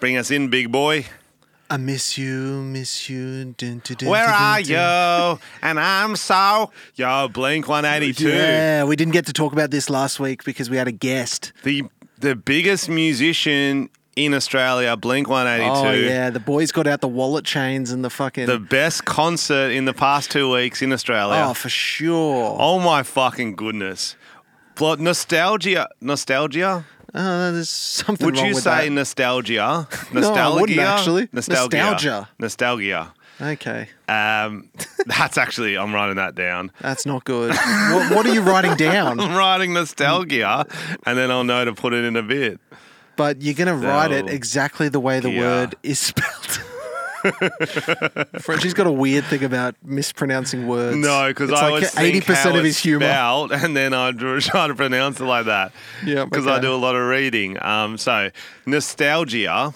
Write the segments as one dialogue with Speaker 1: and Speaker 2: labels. Speaker 1: Bring us in, big boy.
Speaker 2: I miss you, miss you. Dun, dun, dun,
Speaker 1: Where
Speaker 2: dun,
Speaker 1: are
Speaker 2: dun,
Speaker 1: you?
Speaker 2: dun.
Speaker 1: And I'm so. Yo, Blink 182.
Speaker 2: Yeah, we didn't get to talk about this last week because we had a guest.
Speaker 1: The the biggest musician in Australia, Blink 182.
Speaker 2: Oh yeah, the boys got out the wallet chains and the fucking
Speaker 1: The best concert in the past two weeks in Australia.
Speaker 2: oh for sure. Oh,
Speaker 1: Oh my fucking goodness. Blo- nostalgia. Nostalgia?
Speaker 2: Uh, there's something.
Speaker 1: Would
Speaker 2: wrong
Speaker 1: you
Speaker 2: with
Speaker 1: say
Speaker 2: that.
Speaker 1: nostalgia?
Speaker 2: No, I wouldn't,
Speaker 1: Nostalgia?
Speaker 2: actually.
Speaker 1: Nostalgia.
Speaker 2: Nostalgia.
Speaker 1: Nostalgia.
Speaker 2: Okay,
Speaker 1: Um, that's actually, I'm writing that down.
Speaker 2: that's not good. what, what are you writing down?
Speaker 1: I'm writing nostalgia, and then I'll know to put it in a bit.
Speaker 2: But you're gonna write it
Speaker 1: So-
Speaker 2: exactly the way the
Speaker 1: Yeah.
Speaker 2: word is spelled. Frenchie's got a weird thing about mispronouncing words.
Speaker 1: No, because
Speaker 2: It's
Speaker 1: I
Speaker 2: like
Speaker 1: always eighty
Speaker 2: percent of his humor.
Speaker 1: spelled, and then I dr- try to pronounce it like that.
Speaker 2: Yeah,
Speaker 1: because I
Speaker 2: okay.
Speaker 1: do a lot of reading. Um, so nostalgia,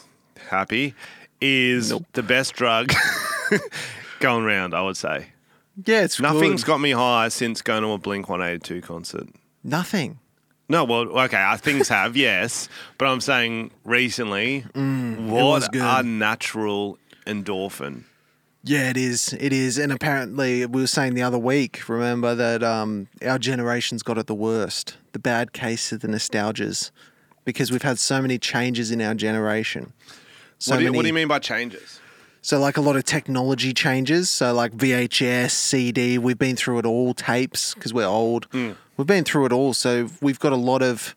Speaker 1: happy, is the best drug going round. I would say
Speaker 2: Yeah, it's
Speaker 1: nothing's
Speaker 2: good.
Speaker 1: got me high since going to a Blink One Eighty Two concert.
Speaker 2: nothing.
Speaker 1: No, well, okay, uh, things have yes, but I'm saying recently,
Speaker 2: Mm, was
Speaker 1: what
Speaker 2: good.
Speaker 1: a natural endorphin.
Speaker 2: Yeah, it is. It is. And apparently, we were saying the other week, remember, that um, our generation's got it the worst the bad case of the nostalgias because we've had so many changes in our generation. So
Speaker 1: what, do you, what
Speaker 2: many-
Speaker 1: do you mean by changes?
Speaker 2: So, like a lot of technology changes. So, like VHS, CD, we've been through it all, tapes, because we're old.
Speaker 1: Hmm.
Speaker 2: We've been through it all. So, we've got a lot of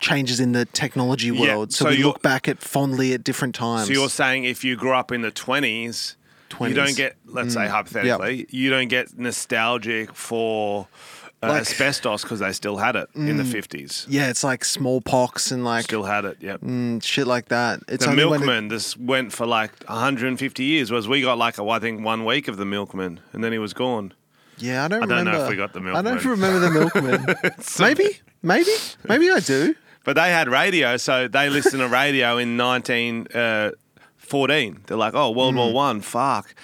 Speaker 2: changes in the technology
Speaker 1: Yeah,
Speaker 2: world. So,
Speaker 1: so
Speaker 2: we
Speaker 1: you're-
Speaker 2: look back at fondly at different times.
Speaker 1: So you're saying if you grew up in the twenties, you
Speaker 2: 20s.
Speaker 1: don't get, let's
Speaker 2: Mm.
Speaker 1: say hypothetically, you don't get nostalgic for uh,
Speaker 2: Like- Mm.
Speaker 1: asbestos because they still had it in the fifties.
Speaker 2: yeah, it's like smallpox and like
Speaker 1: Still had it. Yep.
Speaker 2: and shit like that. It's
Speaker 1: The
Speaker 2: only when it-
Speaker 1: milkman. This went for like 150 years, whereas we got like oh, I think one week of the milkman, and then he was gone.
Speaker 2: yeah, I don't.
Speaker 1: I don't know if
Speaker 2: remember.
Speaker 1: we got the
Speaker 2: I don't
Speaker 1: milkman.
Speaker 2: remember the milkman. maybe, maybe, maybe I do.
Speaker 1: But they had radio, so they listened to radio in 1914. They're like, oh, World War One, fuck.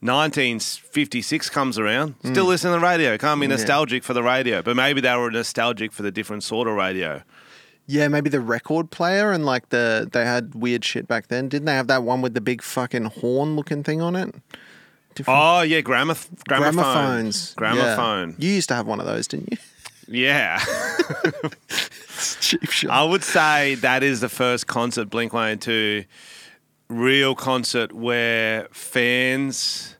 Speaker 1: 1956 comes around, still listen to the radio. Can't be nostalgic for the radio, but maybe they were nostalgic for the different sort of radio.
Speaker 2: Yeah, maybe the record player and like the they had weird shit back then. Didn't they have that one with the big fucking horn looking thing on it?
Speaker 1: Oh yeah, gramoph- gramophone.
Speaker 2: Gramophones.
Speaker 1: Gramophone.
Speaker 2: Yeah. You used to have one of those, didn't you?
Speaker 1: Yeah.
Speaker 2: Cheap shot.
Speaker 1: I would say that is the first concert Blink 182 real concert where fans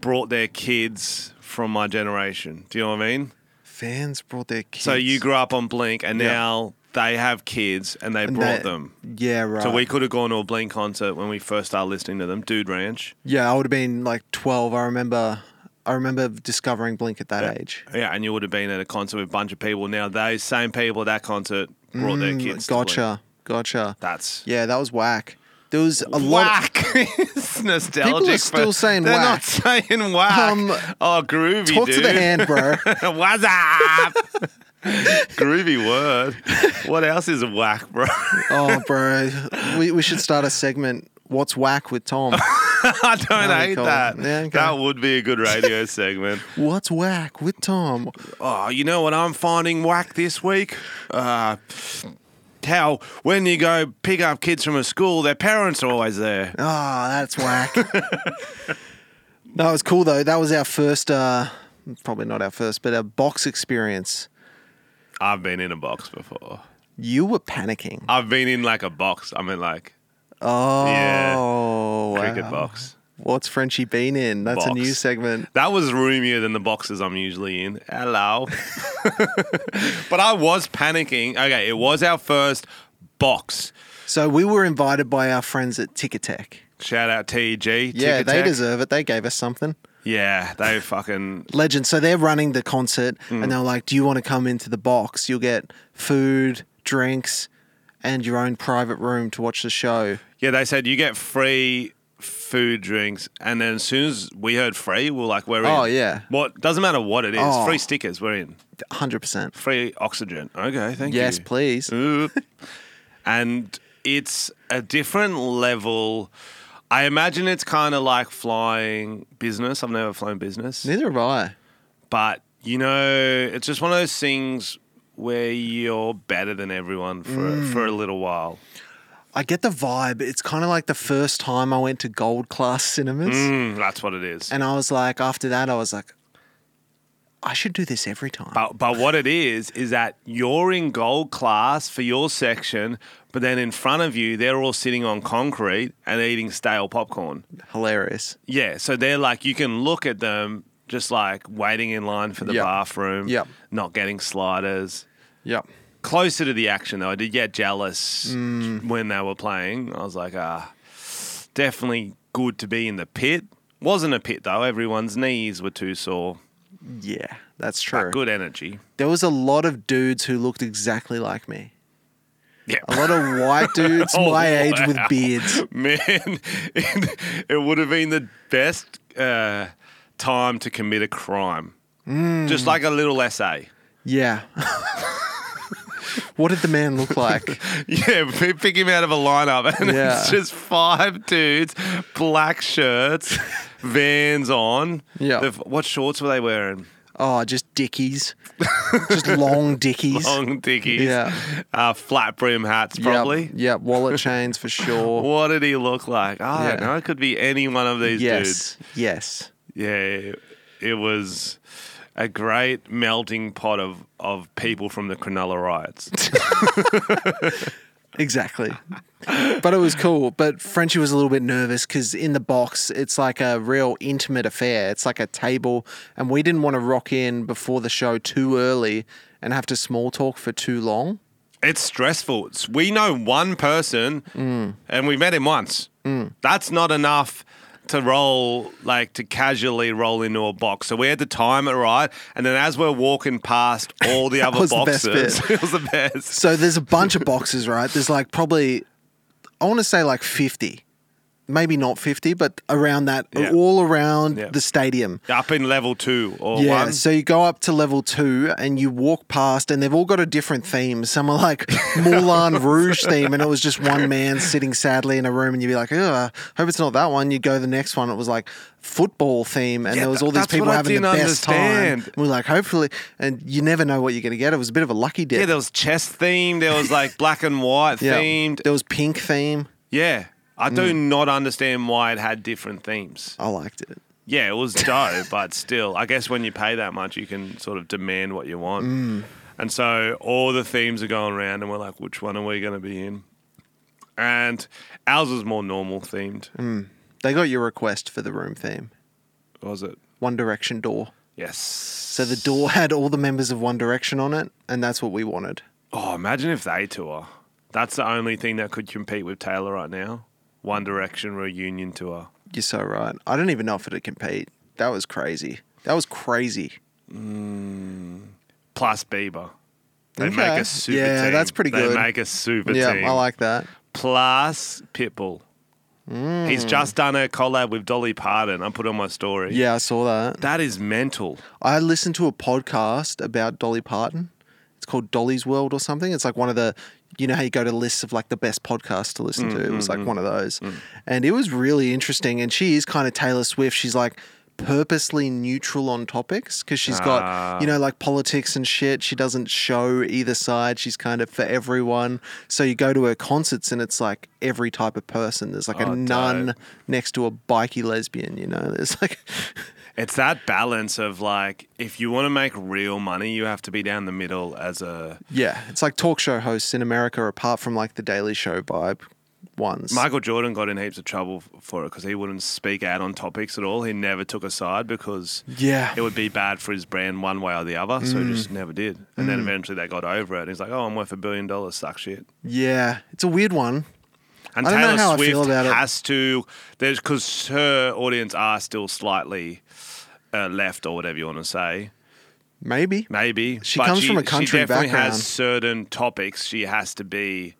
Speaker 1: brought their kids from my generation. Do you know what I mean?
Speaker 2: Fans brought their kids.
Speaker 1: So you grew up on Blink and
Speaker 2: Yeah.
Speaker 1: now they have kids and they
Speaker 2: And
Speaker 1: brought
Speaker 2: they-
Speaker 1: them.
Speaker 2: Yeah, right.
Speaker 1: So we could have gone to a Blink concert when we first started listening to them, Dude Ranch.
Speaker 2: yeah, I would have been like twelve. I remember. I remember discovering Blink at that age.
Speaker 1: Yeah, and you would have been at a concert with a bunch of people. Now those same people at that concert brought their kids. to Blink.
Speaker 2: Mm, Gotcha. Gotcha.
Speaker 1: That's
Speaker 2: Yeah, that was whack. There was a lot.
Speaker 1: whack. it's nostalgic.
Speaker 2: People are
Speaker 1: but
Speaker 2: still saying
Speaker 1: they're not
Speaker 2: whack.
Speaker 1: saying whack.
Speaker 2: Um,
Speaker 1: oh, groovy,
Speaker 2: Talk
Speaker 1: dude.
Speaker 2: to the hand, bro.
Speaker 1: What's up? groovy word. What else is whack, bro?
Speaker 2: oh, bro, we, we should start a segment. What's whack with Tom?
Speaker 1: I don't
Speaker 2: That'd be
Speaker 1: hate
Speaker 2: cool.
Speaker 1: that.
Speaker 2: Yeah, okay.
Speaker 1: That would be a good radio segment.
Speaker 2: What's whack with Tom?
Speaker 1: Oh, you know what I'm finding whack this week? Uh, how when you go pick up kids from a school, their parents are always there.
Speaker 2: Ah, that's whack. no, it was cool though. That was our first, uh, probably not our first, but our box experience.
Speaker 1: I've been in a box before.
Speaker 2: You were panicking.
Speaker 1: I've been in like a box. I mean, like
Speaker 2: Oh,
Speaker 1: cricket
Speaker 2: wow.
Speaker 1: box.
Speaker 2: What's Frenchie been in? That's a
Speaker 1: Box.
Speaker 2: new segment.
Speaker 1: That was roomier than the boxes I'm usually in. Hello. but I was panicking. Okay, it was our first box.
Speaker 2: So we were invited by our friends at Ticketek.
Speaker 1: Shout out TEG.
Speaker 2: Yeah,
Speaker 1: Ticket
Speaker 2: they
Speaker 1: Tech.
Speaker 2: deserve it. They gave us something.
Speaker 1: Yeah, they fucking
Speaker 2: legend. So they're running the concert,
Speaker 1: Mm.
Speaker 2: and they're like, "Do you want to come into the box? You'll get food, drinks, and your own private room to watch the show."
Speaker 1: Yeah, they said you get free food, drinks, and then as soon as we heard free, we are like, we're in.
Speaker 2: Oh, yeah.
Speaker 1: What doesn't matter what it is,
Speaker 2: Oh.
Speaker 1: free stickers, we're in.
Speaker 2: Hundred percent.
Speaker 1: Free oxygen. Okay, thank
Speaker 2: Yes,
Speaker 1: you. Mm.
Speaker 2: please.
Speaker 1: Oop. and it's a different level. I imagine it's kind of like flying business. I've never flown business,
Speaker 2: Neither have I.
Speaker 1: but you know, it's just one of those things where you're better than everyone for for a little while.
Speaker 2: I get the vibe. It's kind of like the first time I went to gold class cinemas.
Speaker 1: Mm, that's what it is.
Speaker 2: And I was like, after that, I was like, I should do this every time.
Speaker 1: But but what it is is that you're in gold class for your section, but then in front of you they're all sitting on concrete and eating stale popcorn.
Speaker 2: Hilarious.
Speaker 1: Yeah, so they're like you can look at them just like waiting in line for the
Speaker 2: Yep.
Speaker 1: bathroom,
Speaker 2: Yep.
Speaker 1: not getting sliders.
Speaker 2: Yep.
Speaker 1: Closer to the action though, I did get jealous
Speaker 2: Mm.
Speaker 1: when they were playing. I was like, ah, definitely good to be in the pit. Wasn't a pit though. Everyone's knees were too sore.
Speaker 2: Yeah, that's
Speaker 1: But
Speaker 2: true.
Speaker 1: Ah, good energy.
Speaker 2: There was a lot of dudes who looked exactly like me.
Speaker 1: Yeah.
Speaker 2: A lot of white dudes
Speaker 1: Oh,
Speaker 2: my age with
Speaker 1: wow.
Speaker 2: beards.
Speaker 1: Man, it, it would have been the best uh, time to commit a crime.
Speaker 2: Mm.
Speaker 1: Just like a little essay.
Speaker 2: Yeah. what did the man look like?
Speaker 1: Yeah, p- pick him out of a lineup, and
Speaker 2: Yeah.
Speaker 1: it's just five dudes, black shirts, vans on.
Speaker 2: Yeah.
Speaker 1: They've- What shorts were they wearing?
Speaker 2: Oh, just dickies. Just long dickies.
Speaker 1: Long dickies.
Speaker 2: Yeah.
Speaker 1: Uh, flat brim hats,
Speaker 2: Yep,
Speaker 1: probably.
Speaker 2: Yep, wallet chains for sure.
Speaker 1: What did he look like? I don't
Speaker 2: Yeah.
Speaker 1: know. It could be any one of these dudes.
Speaker 2: yes. Yes.
Speaker 1: Yeah, it was a great melting pot of, of people from the Cronulla riots.
Speaker 2: Exactly. but it was cool. But Frenchie was a little bit nervous because in the box, it's like a real intimate affair. It's like a table, and we didn't want to rock in before the show too early and have to small talk for too long.
Speaker 1: it's stressful. It's, we know one person and we met him once. That's not enough to roll, like to casually roll into a box. So we had to time it right. And then as we're walking past all the other
Speaker 2: was the best
Speaker 1: boxes, it was the best.
Speaker 2: So there's a bunch of boxes, right? There's like probably, I want to say like 50, maybe not 50, but around that,
Speaker 1: Yeah.
Speaker 2: all around
Speaker 1: Yeah.
Speaker 2: the stadium.
Speaker 1: Up in level two or
Speaker 2: Yeah,
Speaker 1: one.
Speaker 2: so you go up to level two and you walk past, and they've all got a different theme. Some are like Moulin Rouge theme, and it was just one man sitting sadly in a room, and you'd be like, "Oh, hope it's not that one." You go to the next one, it was like football theme, and
Speaker 1: Yeah,
Speaker 2: there was
Speaker 1: tha-
Speaker 2: all these
Speaker 1: that's what
Speaker 2: people
Speaker 1: I
Speaker 2: having the
Speaker 1: didn't
Speaker 2: best
Speaker 1: understand.
Speaker 2: time. And we're like, hopefully, and you never know what you're going to get. It was a bit of a lucky dip.
Speaker 1: yeah, there was chess themed. There was like black and white
Speaker 2: Yeah.
Speaker 1: themed.
Speaker 2: There was pink theme.
Speaker 1: Yeah. I do not understand why it had different themes.
Speaker 2: I liked it.
Speaker 1: Yeah, it was dough, but still, I guess when you pay that much, you can sort of demand what you want.
Speaker 2: Mm.
Speaker 1: And so all the themes are going around, and we're like, which one are we going to be in? And ours was more normal themed,
Speaker 2: Mm. They got your request for the room theme.
Speaker 1: was it?
Speaker 2: One Direction door.
Speaker 1: Yes.
Speaker 2: So the door had all the members of One Direction on it, and that's what we wanted.
Speaker 1: Oh, imagine if they tour. That's the only thing that could compete with Taylor right now. One Direction reunion tour.
Speaker 2: You're so right. I don't even know if it'd compete. That was crazy. That was crazy.
Speaker 1: Plus Bieber. They
Speaker 2: Okay.
Speaker 1: make a super
Speaker 2: Yeah,
Speaker 1: team.
Speaker 2: that's pretty
Speaker 1: They
Speaker 2: good.
Speaker 1: make a super
Speaker 2: yeah,
Speaker 1: team.
Speaker 2: I like that.
Speaker 1: plus Pitbull. He's just done a collab with Dolly Parton. I put on my story.
Speaker 2: Mm. Yeah, I saw that.
Speaker 1: That is mental.
Speaker 2: I listened to a podcast about Dolly Parton. It's called Dolly's World or something. It's like one of the, you know, how you go to lists of like the best podcasts to listen to. It was
Speaker 1: Mm-hmm,
Speaker 2: like one of those. And it was really interesting. And she is kind of Taylor Swift. She's like purposely neutral on topics because she's
Speaker 1: Ah.
Speaker 2: got, you know, like politics and shit. She doesn't show either side. She's kind of for everyone. So you go to her concerts and it's like every type of person. There's like
Speaker 1: Oh,
Speaker 2: a
Speaker 1: dope.
Speaker 2: nun next to a bikey lesbian, you know? There's like,
Speaker 1: It's that balance of like, if you want to make real money, you have to be down the middle as a.
Speaker 2: Yeah, it's like talk show hosts in America, apart from like the Daily Show vibe ones.
Speaker 1: Michael Jordan got in heaps of trouble f- for it because he wouldn't speak out on topics at all. He never took a side because
Speaker 2: yeah, Mm.
Speaker 1: it would be bad for his brand one way or the other. So he just never did. And then eventually they got over it. And he's like, oh, I'm worth a billion dollars. Suck shit.
Speaker 2: yeah, it's a weird one.
Speaker 1: And
Speaker 2: I don't know
Speaker 1: Taylor
Speaker 2: how I
Speaker 1: Swift
Speaker 2: feel about it.
Speaker 1: has to, there's because her audience are still slightly uh, left or whatever you want to say.
Speaker 2: Maybe
Speaker 1: Maybe
Speaker 2: She comes from a country
Speaker 1: She definitely
Speaker 2: background.
Speaker 1: has certain topics she has to be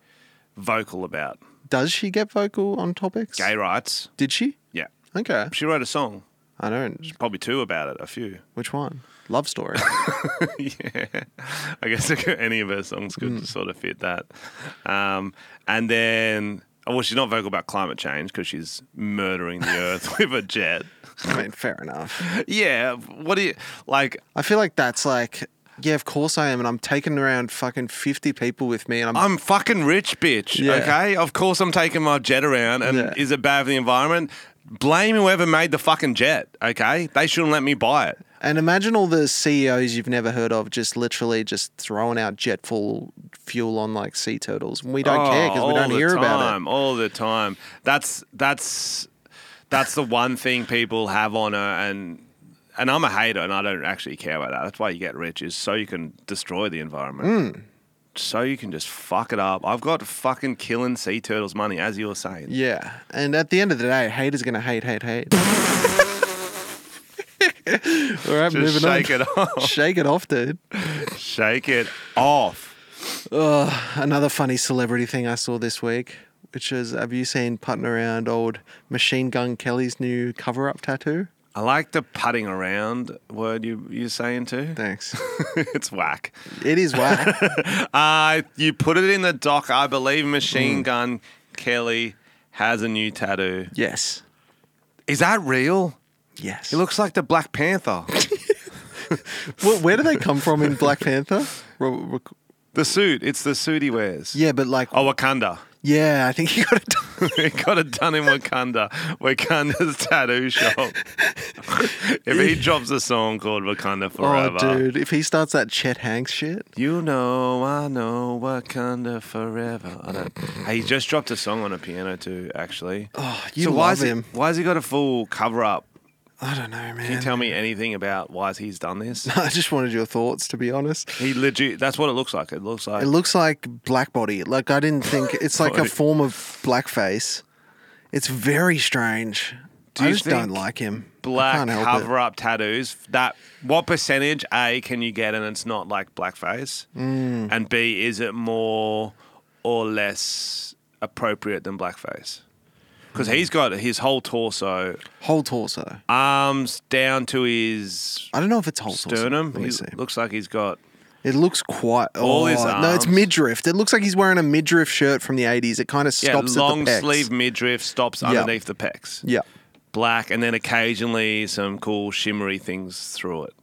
Speaker 1: vocal about.
Speaker 2: does she get vocal on topics?
Speaker 1: Gay rights.
Speaker 2: Did she?
Speaker 1: Yeah,
Speaker 2: Okay,
Speaker 1: she wrote a song,
Speaker 2: I don't.
Speaker 1: probably two about it, a few.
Speaker 2: Which one? Love story.
Speaker 1: yeah, I guess any of her songs could
Speaker 2: Hmm.
Speaker 1: sort of fit that. Um, and then, oh, well, she's not vocal about climate change because she's murdering the earth with a jet.
Speaker 2: I mean, fair enough.
Speaker 1: Yeah, what do you like?
Speaker 2: I feel like that's like Yeah, of course I am, and I'm taking around fucking fifty people with me, and I'm,
Speaker 1: I'm fucking rich, bitch.
Speaker 2: Yeah.
Speaker 1: Okay, of course I'm taking my jet around, and
Speaker 2: Yeah.
Speaker 1: is it bad for the environment? Blame whoever made the fucking jet. Okay, they shouldn't let me buy it.
Speaker 2: and imagine all the CEOs you've never heard of just literally just throwing out jet fuel fuel on like sea turtles. We don't care because we
Speaker 1: Oh, all
Speaker 2: don't
Speaker 1: the
Speaker 2: hear about it.
Speaker 1: time, all the time. That's that's that's the one thing people have on her, and and I'm a hater, and I don't actually care about that. That's why you get rich is so you can destroy the environment.
Speaker 2: Hmm.
Speaker 1: So you can just fuck it up. I've got fucking killing sea turtles money, as you were saying.
Speaker 2: Yeah, and at the end of the day, haters gonna hate, hate, hate. all right,
Speaker 1: Just
Speaker 2: moving
Speaker 1: shake
Speaker 2: on.
Speaker 1: it off.
Speaker 2: Shake it off, dude.
Speaker 1: shake it off.
Speaker 2: Another funny celebrity thing I saw this week, which is have you seen putting around old Machine Gun Kelly's new cover up tattoo?
Speaker 1: I like the putting around word you you're saying too.
Speaker 2: Thanks.
Speaker 1: it's whack.
Speaker 2: It is whack.
Speaker 1: Uh, you put it in the doc. I believe Machine Gun Kelly has a new tattoo.
Speaker 2: yes.
Speaker 1: Is that real?
Speaker 2: Yes.
Speaker 1: He looks like the Black Panther.
Speaker 2: Well, where do they come from in Black Panther? Ro- ro-
Speaker 1: the suit. It's the suit he wears.
Speaker 2: Yeah, but like,
Speaker 1: Oh, Wakanda.
Speaker 2: yeah, I think you got it.
Speaker 1: he got it done in Wakanda. Wakanda's tattoo shop. if he drops a song called Wakanda
Speaker 2: Oh,
Speaker 1: Forever.
Speaker 2: dude, if he starts that Chet Hanks shit,
Speaker 1: You know, I know Wakanda forever. I don't. Hey, he just dropped a song on a piano too, actually.
Speaker 2: Oh, you
Speaker 1: so why
Speaker 2: love
Speaker 1: is he-
Speaker 2: him.
Speaker 1: why has he got a full cover up?
Speaker 2: I don't know, man.
Speaker 1: Can you tell me anything about why he's done this?
Speaker 2: I just wanted your thoughts, to be honest.
Speaker 1: He legit. That's what it looks like. It looks like.
Speaker 2: It looks like blackbody. Like I didn't think it's like a
Speaker 1: Body.
Speaker 2: form of blackface. It's very strange.
Speaker 1: Do
Speaker 2: I
Speaker 1: you
Speaker 2: just don't
Speaker 1: think
Speaker 2: like him. I
Speaker 1: Black
Speaker 2: can't help it.
Speaker 1: cover up tattoos. That what percentage A can you get and it's not like blackface? Mm. And B is it more or less appropriate than blackface?
Speaker 2: Mm.
Speaker 1: Because he's got his whole torso,
Speaker 2: Whole torso.
Speaker 1: arms down to his
Speaker 2: I don't know if it's whole
Speaker 1: sternum.
Speaker 2: torso. Let me
Speaker 1: He
Speaker 2: see.
Speaker 1: looks like he's got.
Speaker 2: It looks quite.
Speaker 1: All
Speaker 2: oh,
Speaker 1: his
Speaker 2: no,
Speaker 1: arms.
Speaker 2: it's midriff. It looks like he's wearing a midriff shirt from the '80s. It kind of
Speaker 1: Yeah,
Speaker 2: stops
Speaker 1: long
Speaker 2: at the pecs.
Speaker 1: sleeve midriff stops underneath the pecs.
Speaker 2: Yeah,
Speaker 1: Black, and then occasionally some cool shimmery things through it.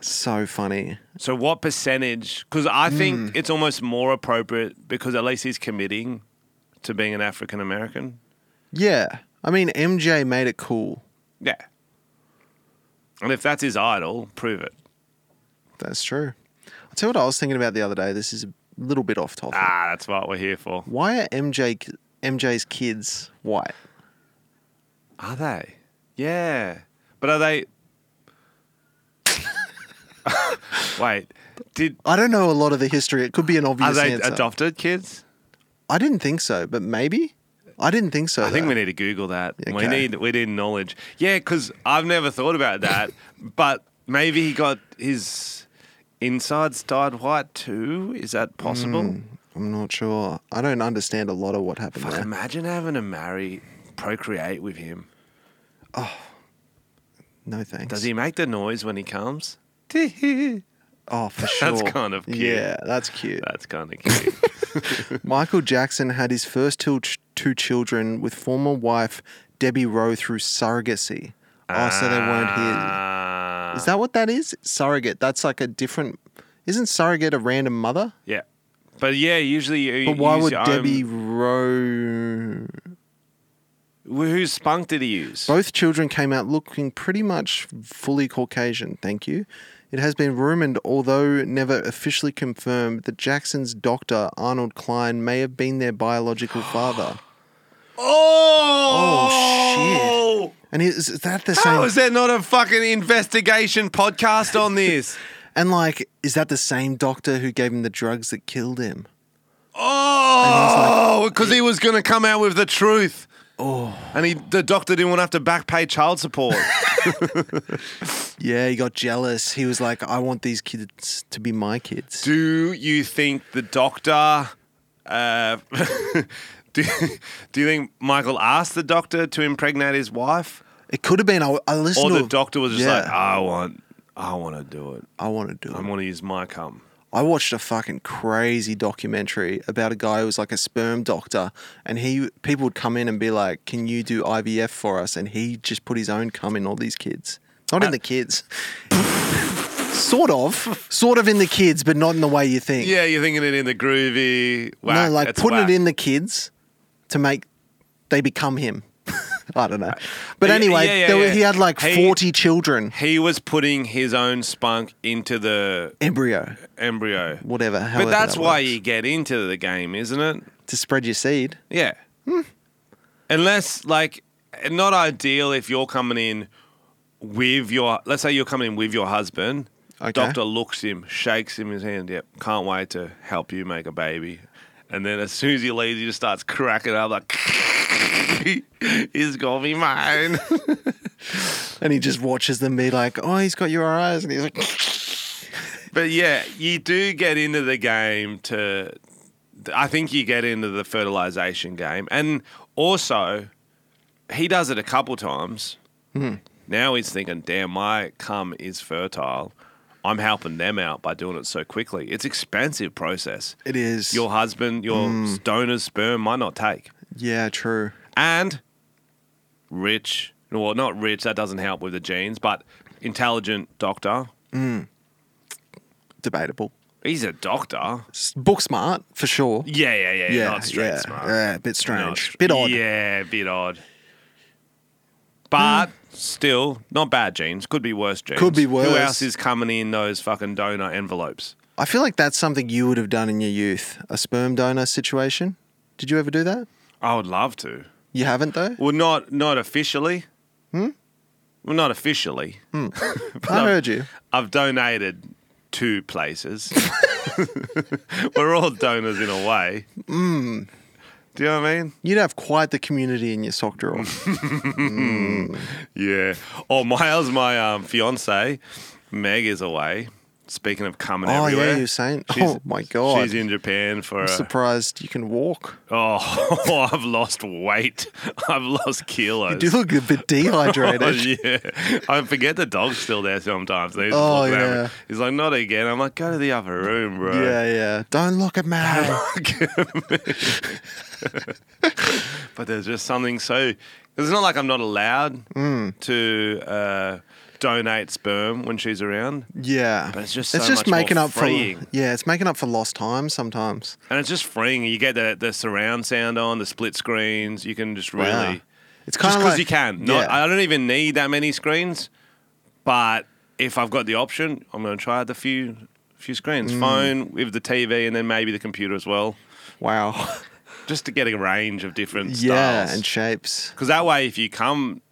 Speaker 2: so funny.
Speaker 1: So, what percentage? Because I
Speaker 2: Hmm.
Speaker 1: think it's almost more appropriate because at least he's committing to being an African American.
Speaker 2: Yeah, I mean MJ made it cool.
Speaker 1: Yeah. And if that's his idol, prove it.
Speaker 2: That's true. I tell you what I was thinking about the other day. This is a little bit off topic.
Speaker 1: Ah, that's what we're here for.
Speaker 2: Why are MJ ki- MJ's kids white?
Speaker 1: Are they? Yeah. But are they. Wait. Did.
Speaker 2: I don't know a lot of the history. It could be an
Speaker 1: Are
Speaker 2: obvious
Speaker 1: they
Speaker 2: answer.
Speaker 1: adopted kids?
Speaker 2: I didn't think so, but maybe. I didn't think so.
Speaker 1: I think
Speaker 2: though.
Speaker 1: we need to Google that. We
Speaker 2: Okay.
Speaker 1: need we need knowledge. Yeah, because I've never thought about that. but maybe he got his insides dyed white too. Is that possible?
Speaker 2: I'm not sure. I don't understand a lot of what happened
Speaker 1: Fuck,
Speaker 2: there.
Speaker 1: imagine having to marry, procreate with him.
Speaker 2: No thanks.
Speaker 1: Does he make the noise when he comes?
Speaker 2: Oh, for sure.
Speaker 1: That's kind of cute.
Speaker 2: Yeah, that's cute.
Speaker 1: That's kind of cute.
Speaker 2: Michael Jackson had his first two, two children with former wife Debbie Rowe through surrogacy. Oh, so they weren't his.
Speaker 1: Ah.
Speaker 2: Is that what that is? Surrogate. That's like a different. Isn't surrogate a random mother?
Speaker 1: yeah, but yeah, usually. You,
Speaker 2: But why
Speaker 1: use
Speaker 2: would
Speaker 1: your own-
Speaker 2: Debbie
Speaker 1: um,
Speaker 2: Rowe?
Speaker 1: Whose spunk did he use?
Speaker 2: Both children came out looking pretty much fully Caucasian, thank you. It has been rumored, although never officially confirmed, that Jackson's doctor, Arnold Klein, may have been their biological father.
Speaker 1: Oh,
Speaker 2: Oh, And is is that the
Speaker 1: How
Speaker 2: same?
Speaker 1: is there not a fucking investigation podcast on this?
Speaker 2: and like, is that the same doctor who gave him the drugs that killed him?
Speaker 1: Oh, because he was going to come out with the truth.
Speaker 2: Oh.
Speaker 1: And he, the doctor didn't want to have to back pay child support.
Speaker 2: Yeah, he got jealous. He was like, I want these kids to be my kids.
Speaker 1: do you think the doctor. Uh, do, do you think Michael asked the doctor to impregnate his wife?
Speaker 2: It could have been. I, I listened
Speaker 1: Or
Speaker 2: to
Speaker 1: the
Speaker 2: a-
Speaker 1: doctor was just
Speaker 2: Yeah,
Speaker 1: like, I want. I want to do it.
Speaker 2: I want to do it.
Speaker 1: I want to use my cum.
Speaker 2: I watched a fucking crazy documentary about a guy who was like a sperm doctor, and he people would come in and be like, "Can you do IVF
Speaker 1: Uh,
Speaker 2: for us?" And he just put his own cum in all these kids, not in the kids. Sort of. Sort of in the kids, but not in the way you think.
Speaker 1: Yeah, you're thinking it in the groovy. Whack,
Speaker 2: no, like
Speaker 1: that's
Speaker 2: putting
Speaker 1: whack.
Speaker 2: it in the kids to make they become him. I don't know. But
Speaker 1: Uh, Yeah,
Speaker 2: anyway,
Speaker 1: yeah, yeah,
Speaker 2: there were-
Speaker 1: yeah.
Speaker 2: he had like
Speaker 1: He-
Speaker 2: 40 children,
Speaker 1: He was putting his own spunk into the
Speaker 2: embryo,
Speaker 1: embryo.
Speaker 2: whatever.
Speaker 1: But
Speaker 2: however
Speaker 1: that's
Speaker 2: that
Speaker 1: why
Speaker 2: works.
Speaker 1: you get into the game, isn't it?
Speaker 2: to spread your seed.
Speaker 1: Yeah. Unless, like, not ideal if you're coming in with your, let's say you're coming in with your husband.
Speaker 2: Okay.
Speaker 1: Doctor looks him, shakes him his hand. Yep, can't wait to help you make a baby. And then as soon as he leaves, he just starts cracking up like, he's gonna be mine.
Speaker 2: And he just watches them be like, oh, he's got your eyes. And he's like,
Speaker 1: But yeah, you do get into the game to. I think you get into the fertilization game, and also, he does it a couple times. Now he's thinking, "Damn, my cum is fertile. I'm helping them out by doing it so quickly. It's expensive process.
Speaker 2: it is.
Speaker 1: Your husband, your donor's sperm might not take,
Speaker 2: yeah, true.
Speaker 1: and rich. Well, not rich. That doesn't help with the genes, but intelligent doctor.
Speaker 2: Debatable.
Speaker 1: He's a doctor.
Speaker 2: S- Book smart, for sure.
Speaker 1: Yeah, yeah, yeah. yeah not straight
Speaker 2: yeah,
Speaker 1: smart.
Speaker 2: yeah, bit
Speaker 1: Not
Speaker 2: strange.
Speaker 1: str-
Speaker 2: bit odd. Hmm.
Speaker 1: Yeah, bit odd. But still, not bad genes. Could be worse genes.
Speaker 2: Could be
Speaker 1: Who
Speaker 2: worse.
Speaker 1: else is coming in those fucking donor envelopes?
Speaker 2: I feel like that's something you would have done in your youth a sperm donor situation. Did you ever do that?
Speaker 1: I would love to.
Speaker 2: You haven't, though?
Speaker 1: Well, not not officially. Hmm. Well, not officially.
Speaker 2: Hmm. I heard you.
Speaker 1: I've donated two places. We're all donors in a way. Mm. Do you know what I mean?
Speaker 2: You'd have quite the community in your sock drawer.
Speaker 1: Yeah. Oh, Miles, my um, fiance, Meg is away. Speaking of coming
Speaker 2: Oh,
Speaker 1: everywhere,
Speaker 2: yeah, you were saying.
Speaker 1: She's-
Speaker 2: oh, my God.
Speaker 1: she's in Japan for. A,
Speaker 2: surprised you can walk.
Speaker 1: oh, I've lost weight. I've lost kilos.
Speaker 2: You do look a bit
Speaker 1: Oh,
Speaker 2: dehydrated.
Speaker 1: yeah, I forget the dog's still there sometimes. He's,
Speaker 2: Oh,
Speaker 1: looking at me.
Speaker 2: yeah.
Speaker 1: he's like, not again. I'm like, go to the other room, bro.
Speaker 2: yeah, yeah. Don't look at me.
Speaker 1: but there's just something so. It's not like I'm not allowed
Speaker 2: Mm.
Speaker 1: to uh, donate sperm when she's around.
Speaker 2: yeah.
Speaker 1: But it's just so much more
Speaker 2: making up
Speaker 1: freeing.
Speaker 2: for Yeah, it's making up for lost time sometimes.
Speaker 1: And it's just freeing. You get the, the surround sound on, the split screens. You can just really.
Speaker 2: Wow. It's kind
Speaker 1: Just
Speaker 2: of
Speaker 1: because
Speaker 2: like
Speaker 1: you can. Not,
Speaker 2: yeah.
Speaker 1: I don't even need that many screens, but if I've got the option, I'm going to try the few few screens
Speaker 2: Mm.
Speaker 1: phone with the TV and then maybe the computer as well,
Speaker 2: wow.
Speaker 1: just to get a range of different
Speaker 2: yeah,
Speaker 1: styles.
Speaker 2: and shapes.
Speaker 1: Because that way, if you come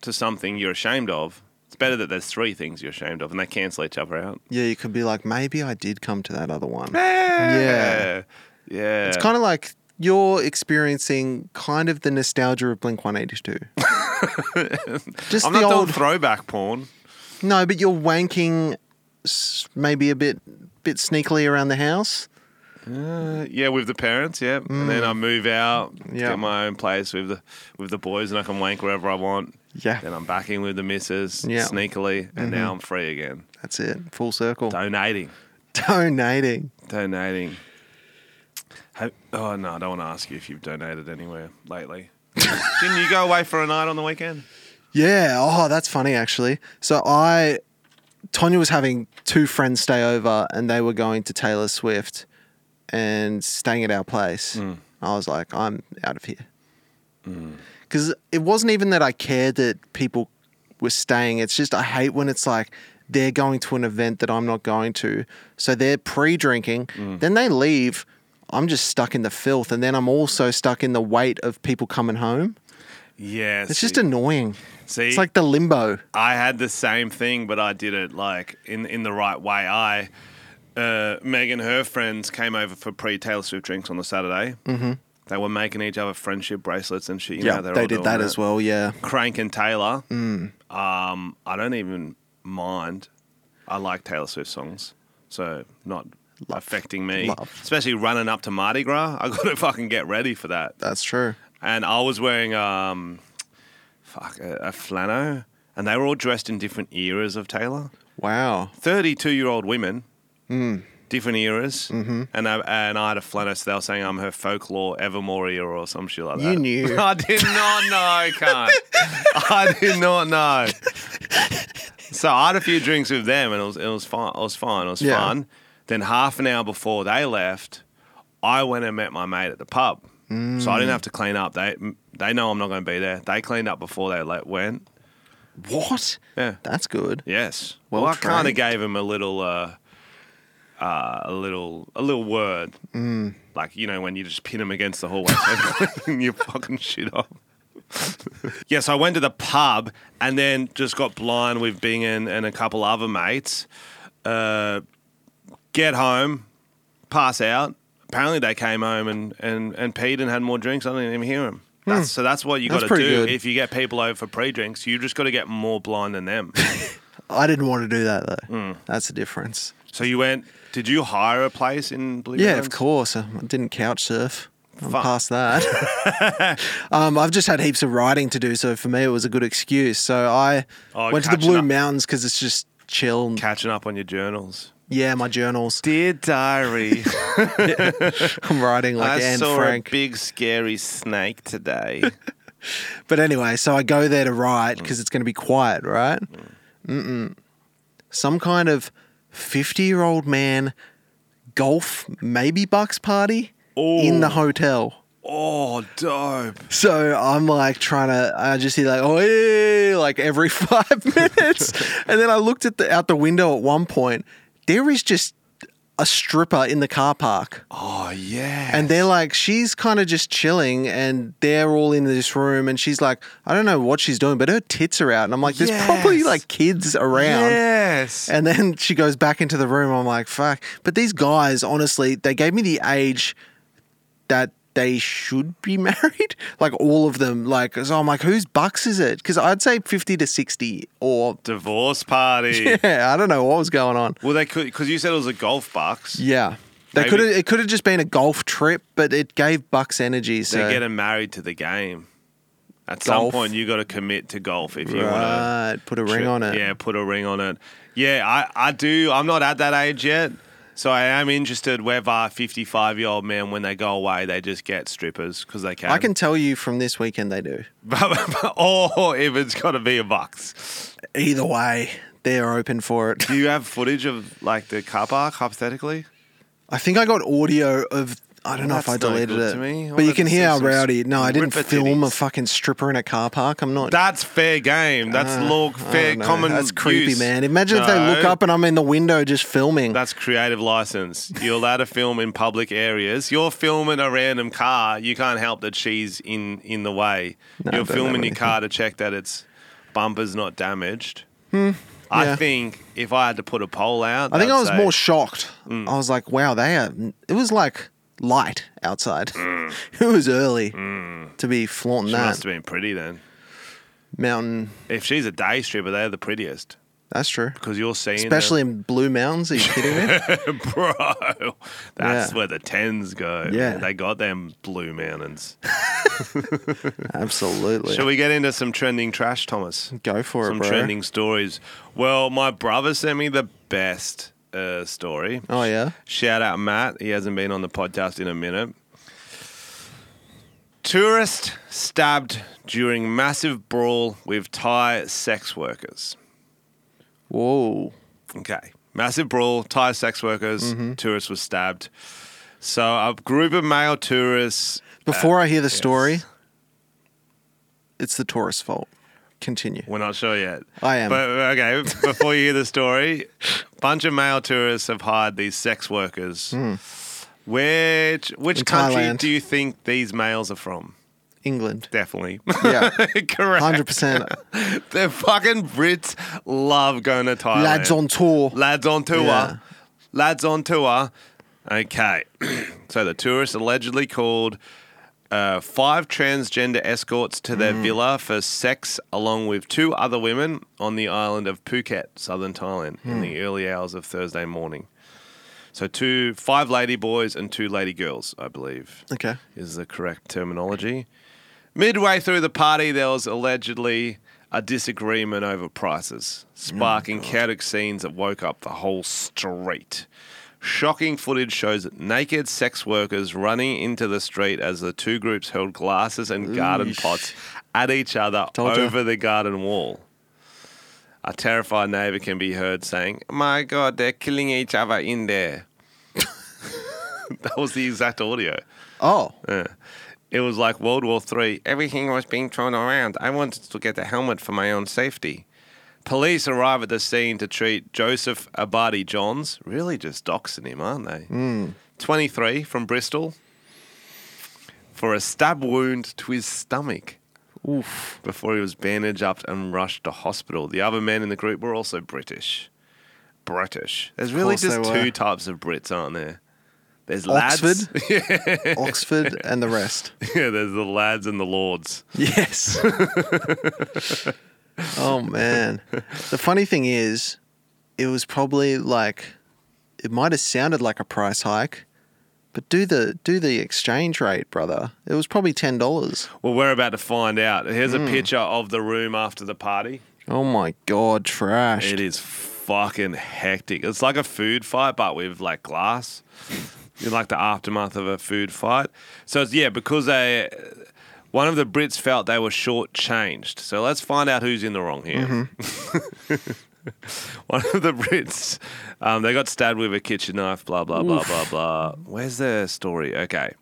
Speaker 1: to something you're ashamed of, it's better that there's three things you're ashamed of and they cancel each other out.
Speaker 2: Yeah, you could be like, maybe I did come to that other one.
Speaker 1: Yeah. Yeah.
Speaker 2: It's kind of like you're experiencing kind of the nostalgia of Blink 182. Just
Speaker 1: I'm
Speaker 2: the
Speaker 1: not
Speaker 2: old.
Speaker 1: doing throwback porn.
Speaker 2: No, but you're wanking s- maybe a bit bit sneakily around the house.
Speaker 1: Uh, Yeah, with the parents, yeah. And then I move out,
Speaker 2: Mm. Yeah.
Speaker 1: get my own place with the with the boys, and I can wank wherever I want.
Speaker 2: Yeah.
Speaker 1: Then I'm back in with the missus
Speaker 2: Yeah. Mm-hmm.
Speaker 1: sneakily, and now I'm free again.
Speaker 2: That's it. Full circle.
Speaker 1: Donating,
Speaker 2: Donating.
Speaker 1: donating. Have, oh no, I don't want to ask you if you've donated anywhere lately. Didn't you go away for a night on the weekend?
Speaker 2: Yeah. Oh, that's funny actually. So I Tonya was having two friends stay over and they were going to Taylor Swift and staying at our place. I was like, I'm out of here. Cuz it wasn't even that I cared that people were staying. It's just I hate when it's like they're going to an event that I'm not going to. So they're pre-drinking, then they leave. I'm just stuck in the filth and then I'm also stuck in the weight of people coming home.
Speaker 1: Yeah,
Speaker 2: It's just annoying.
Speaker 1: see.
Speaker 2: It's like the limbo.
Speaker 1: I had the same thing, but I did it like in in the right way. I uh, Meg and her friends came over for pre Taylor Swift drinks on the Saturday. Mm-hmm. They were making each other friendship bracelets and shit. You know,
Speaker 2: Yeah,
Speaker 1: they're
Speaker 2: they
Speaker 1: all
Speaker 2: did
Speaker 1: doing
Speaker 2: that as well. Mm. Yeah,
Speaker 1: Crank and Taylor. Um, I don't even mind. I like Taylor Swift songs, so not affecting me.
Speaker 2: Love.
Speaker 1: Especially running up to Mardi Gras, I got to fucking get ready for that
Speaker 2: that's true.
Speaker 1: and I was wearing um, fuck a, a flannel, and they were all dressed in different eras of Taylor.
Speaker 2: Wow.
Speaker 1: Thirty-two-year-old women,
Speaker 2: Hmm.
Speaker 1: different eras, mm-hmm. and I, and I had a flannel, so they were saying I'm her folklore Evermore era or some shit like that.
Speaker 2: You knew.
Speaker 1: I did not know, cunt. I did not know. so I had a few drinks with them, and it was it was fine. It was fine. It was
Speaker 2: Yeah.
Speaker 1: fun. Then half an hour before they left, I went and met my mate at the pub, so
Speaker 2: Mm.
Speaker 1: I didn't have to clean up. They they know I'm not going to be there. They cleaned up before they let, went.
Speaker 2: What?
Speaker 1: Yeah.
Speaker 2: That's good.
Speaker 1: Yes. Well,
Speaker 2: Well
Speaker 1: I kind of
Speaker 2: trained.
Speaker 1: gave him a little, uh, uh, a little, a little word, mm. like you know when you just pin him against the hallway and you fucking shit off. yeah, so I went to the pub and then just got blind with Bingen and a couple other mates. Uh, get home, pass out. Apparently they came home and and and peed and had more drinks. I didn't even hear them. That's, so that's what you got
Speaker 2: Hmm.
Speaker 1: to
Speaker 2: That's
Speaker 1: do
Speaker 2: pretty good.
Speaker 1: if you get people over for pre-drinks. You just got to get more blind than them.
Speaker 2: I didn't want to do that though.
Speaker 1: Hmm.
Speaker 2: That's the difference.
Speaker 1: So you went? Did you hire a place in Blue?
Speaker 2: Yeah,
Speaker 1: Mountains?
Speaker 2: of course. I I didn't couch surf. I'm
Speaker 1: Fuck.
Speaker 2: past that. um, I've just had heaps of writing to do, so for me it was a good excuse. So I
Speaker 1: Oh,
Speaker 2: went to the
Speaker 1: catching
Speaker 2: Blue
Speaker 1: up.
Speaker 2: Mountains because it's just chill. and-
Speaker 1: Catching up on your journals.
Speaker 2: yeah, my journals.
Speaker 1: Dear diary,
Speaker 2: I'm writing like Anne Frank.
Speaker 1: big scary snake today.
Speaker 2: But anyway, so I go there to write because it's going to be quiet, right? Mm-mm. Some kind of 50 year old man golf, maybe bucks party in the hotel.
Speaker 1: oh, dope!
Speaker 2: So I'm like trying to, I just hear like, oh, yeah, like every five minutes. and then I looked at the, out the window at one point. There is just a stripper in the car park.
Speaker 1: Oh yeah.
Speaker 2: And they're like, she's kind of just chilling, and they're all in this room, and she's like, I don't know what she's doing, but her tits are out, and I'm like, there's probably
Speaker 1: Yes.
Speaker 2: like kids around.
Speaker 1: yes.
Speaker 2: And then she goes back into the room. I'm like, fuck. But these guys, honestly, they gave me the age that they should be married. Like all of them. Like, so I'm like, whose bucks is it? Because I'd say 50 to 60 or.
Speaker 1: Divorce party.
Speaker 2: Yeah, I don't know what was going on.
Speaker 1: Well, they could because you said it was a golf box.
Speaker 2: Yeah. They
Speaker 1: Maybe-
Speaker 2: could have. It could have just been a golf trip, but it gave Bucks energy. So
Speaker 1: They're getting married to the game. At some
Speaker 2: Golf.
Speaker 1: point, you got to commit to golf if you want to.
Speaker 2: right, put a ring
Speaker 1: Sure.
Speaker 2: on it.
Speaker 1: Yeah, put a ring on it. Yeah, I, I do. I'm not at that age yet. So I am interested whether 55 year old men, when they go away, they just get strippers because they can.
Speaker 2: I can tell you from this weekend they do.
Speaker 1: or if it's got to be a bucks.
Speaker 2: Either way, they're open for it.
Speaker 1: Do you have footage of like the car park hypothetically?
Speaker 2: I think I got audio of. I don't know if
Speaker 1: That's
Speaker 2: I
Speaker 1: no
Speaker 2: deleted
Speaker 1: good
Speaker 2: it,
Speaker 1: to me. All
Speaker 2: but you
Speaker 1: that
Speaker 2: can hear how
Speaker 1: is some
Speaker 2: rowdy. No, I didn't
Speaker 1: ripper
Speaker 2: film a
Speaker 1: titties.
Speaker 2: fucking stripper in a car park. I'm not.
Speaker 1: That's fair game. That's
Speaker 2: Uh,
Speaker 1: law.
Speaker 2: I
Speaker 1: Fair
Speaker 2: don't know.
Speaker 1: common.
Speaker 2: That's creepy,
Speaker 1: use.
Speaker 2: man. Imagine if they look
Speaker 1: No.
Speaker 2: up and I'm in the window just filming.
Speaker 1: That's creative license. You're allowed to film in public areas. You're filming a random car. You can't help that she's in in the way.
Speaker 2: No, I
Speaker 1: You're
Speaker 2: don't know
Speaker 1: filming your
Speaker 2: anything.
Speaker 1: car to check that its bumper's not damaged. I
Speaker 2: Hmm, yeah.
Speaker 1: think if I had to put a poll out,
Speaker 2: I think
Speaker 1: I'd
Speaker 2: I was
Speaker 1: say- Mm.
Speaker 2: more shocked. I was like, wow, they are. It was like light outside. it was early to be
Speaker 1: Mm.
Speaker 2: flaunting
Speaker 1: She
Speaker 2: that
Speaker 1: must have been pretty then.
Speaker 2: mountain.
Speaker 1: If she's a day stripper, they're the prettiest
Speaker 2: That's true.
Speaker 1: because you're seeing them-
Speaker 2: Especially in Blue Mountains. Are you kidding me?
Speaker 1: bro. That's
Speaker 2: Yeah.
Speaker 1: where the tens go.
Speaker 2: Yeah.
Speaker 1: they got them blue mountains.
Speaker 2: Absolutely.
Speaker 1: Shall we get into some trending trash, Thomas?
Speaker 2: Go for
Speaker 1: some
Speaker 2: it, bro.
Speaker 1: trending stories. Well, my brother sent me the best uh, story.
Speaker 2: Oh, yeah.
Speaker 1: Shout out Matt. He hasn't been on the podcast in a minute. Tourist stabbed during massive brawl with Thai sex workers.
Speaker 2: Whoa.
Speaker 1: Okay. Massive brawl, Thai sex workers,
Speaker 2: Mm-hmm.
Speaker 1: tourist was stabbed. So a group of male tourists
Speaker 2: Before I hear the story, it's the tourist's fault. Continue.
Speaker 1: We're not sure yet.
Speaker 2: I am.
Speaker 1: But okay, before you hear the story, bunch of male tourists have hired these sex workers. Which which
Speaker 2: Hmm. In
Speaker 1: country
Speaker 2: Thailand.
Speaker 1: do you think these males are from?
Speaker 2: England.
Speaker 1: Definitely.
Speaker 2: Yeah.
Speaker 1: Correct.
Speaker 2: 100%.
Speaker 1: The fucking Brits love going to Thailand.
Speaker 2: Lads on tour.
Speaker 1: Lads on tour.
Speaker 2: Yeah.
Speaker 1: Lads on tour. Okay. so the tourists allegedly called uh, five transgender escorts to their villa for sex, along with two other women on the island of Phuket, southern Thailand, in the early hours of Thursday morning. So two, five lady boys and two lady girls, I believe
Speaker 2: Okay.
Speaker 1: is the correct terminology. Midway through the party, there was allegedly a disagreement over prices,
Speaker 2: Mm.
Speaker 1: sparking chaotic scenes that woke up the whole street. Shocking footage shows naked sex workers running into the street as the two groups held glasses and garden
Speaker 2: Oosh.
Speaker 1: pots at each other
Speaker 2: Told ya.
Speaker 1: over the garden wall. A terrified neighbor can be heard saying, My God, they're killing each other in there. that was the exact audio.
Speaker 2: Oh,
Speaker 1: Yeah. It was like World War Three. Everything was being thrown around. I wanted to get a helmet for my own safety. Police arrive at the scene to treat Joseph Abadi Johns. Really just doxing him, aren't they?
Speaker 2: Hmm.
Speaker 1: 23 from Bristol for a stab wound to his stomach
Speaker 2: oof.
Speaker 1: before he was bandaged up and rushed to hospital. The other men in the group were also British. British. There's really
Speaker 2: course
Speaker 1: just
Speaker 2: they were.
Speaker 1: two types of Brits, aren't there? There's lads.
Speaker 2: Oxford, Oxford, and the rest.
Speaker 1: Yeah, there's the lads and the lords.
Speaker 2: Yes. oh man. The funny thing is, it was probably like it might have sounded like a price hike, but do the do the exchange rate, brother. It was probably ten dollars.
Speaker 1: Well, we're about to find out. Here's a picture of the room after the party.
Speaker 2: Oh my god, trash.
Speaker 1: It is fucking hectic. It's like a food fight, but with like glass. You like the aftermath of a food fight. So it's, yeah, because they, one of the Brits felt they were shortchanged. So let's find out who's in the wrong here. one of the Brits, um, they got stabbed with a kitchen knife. Blah blah blah blah blah. Where's the story? Okay.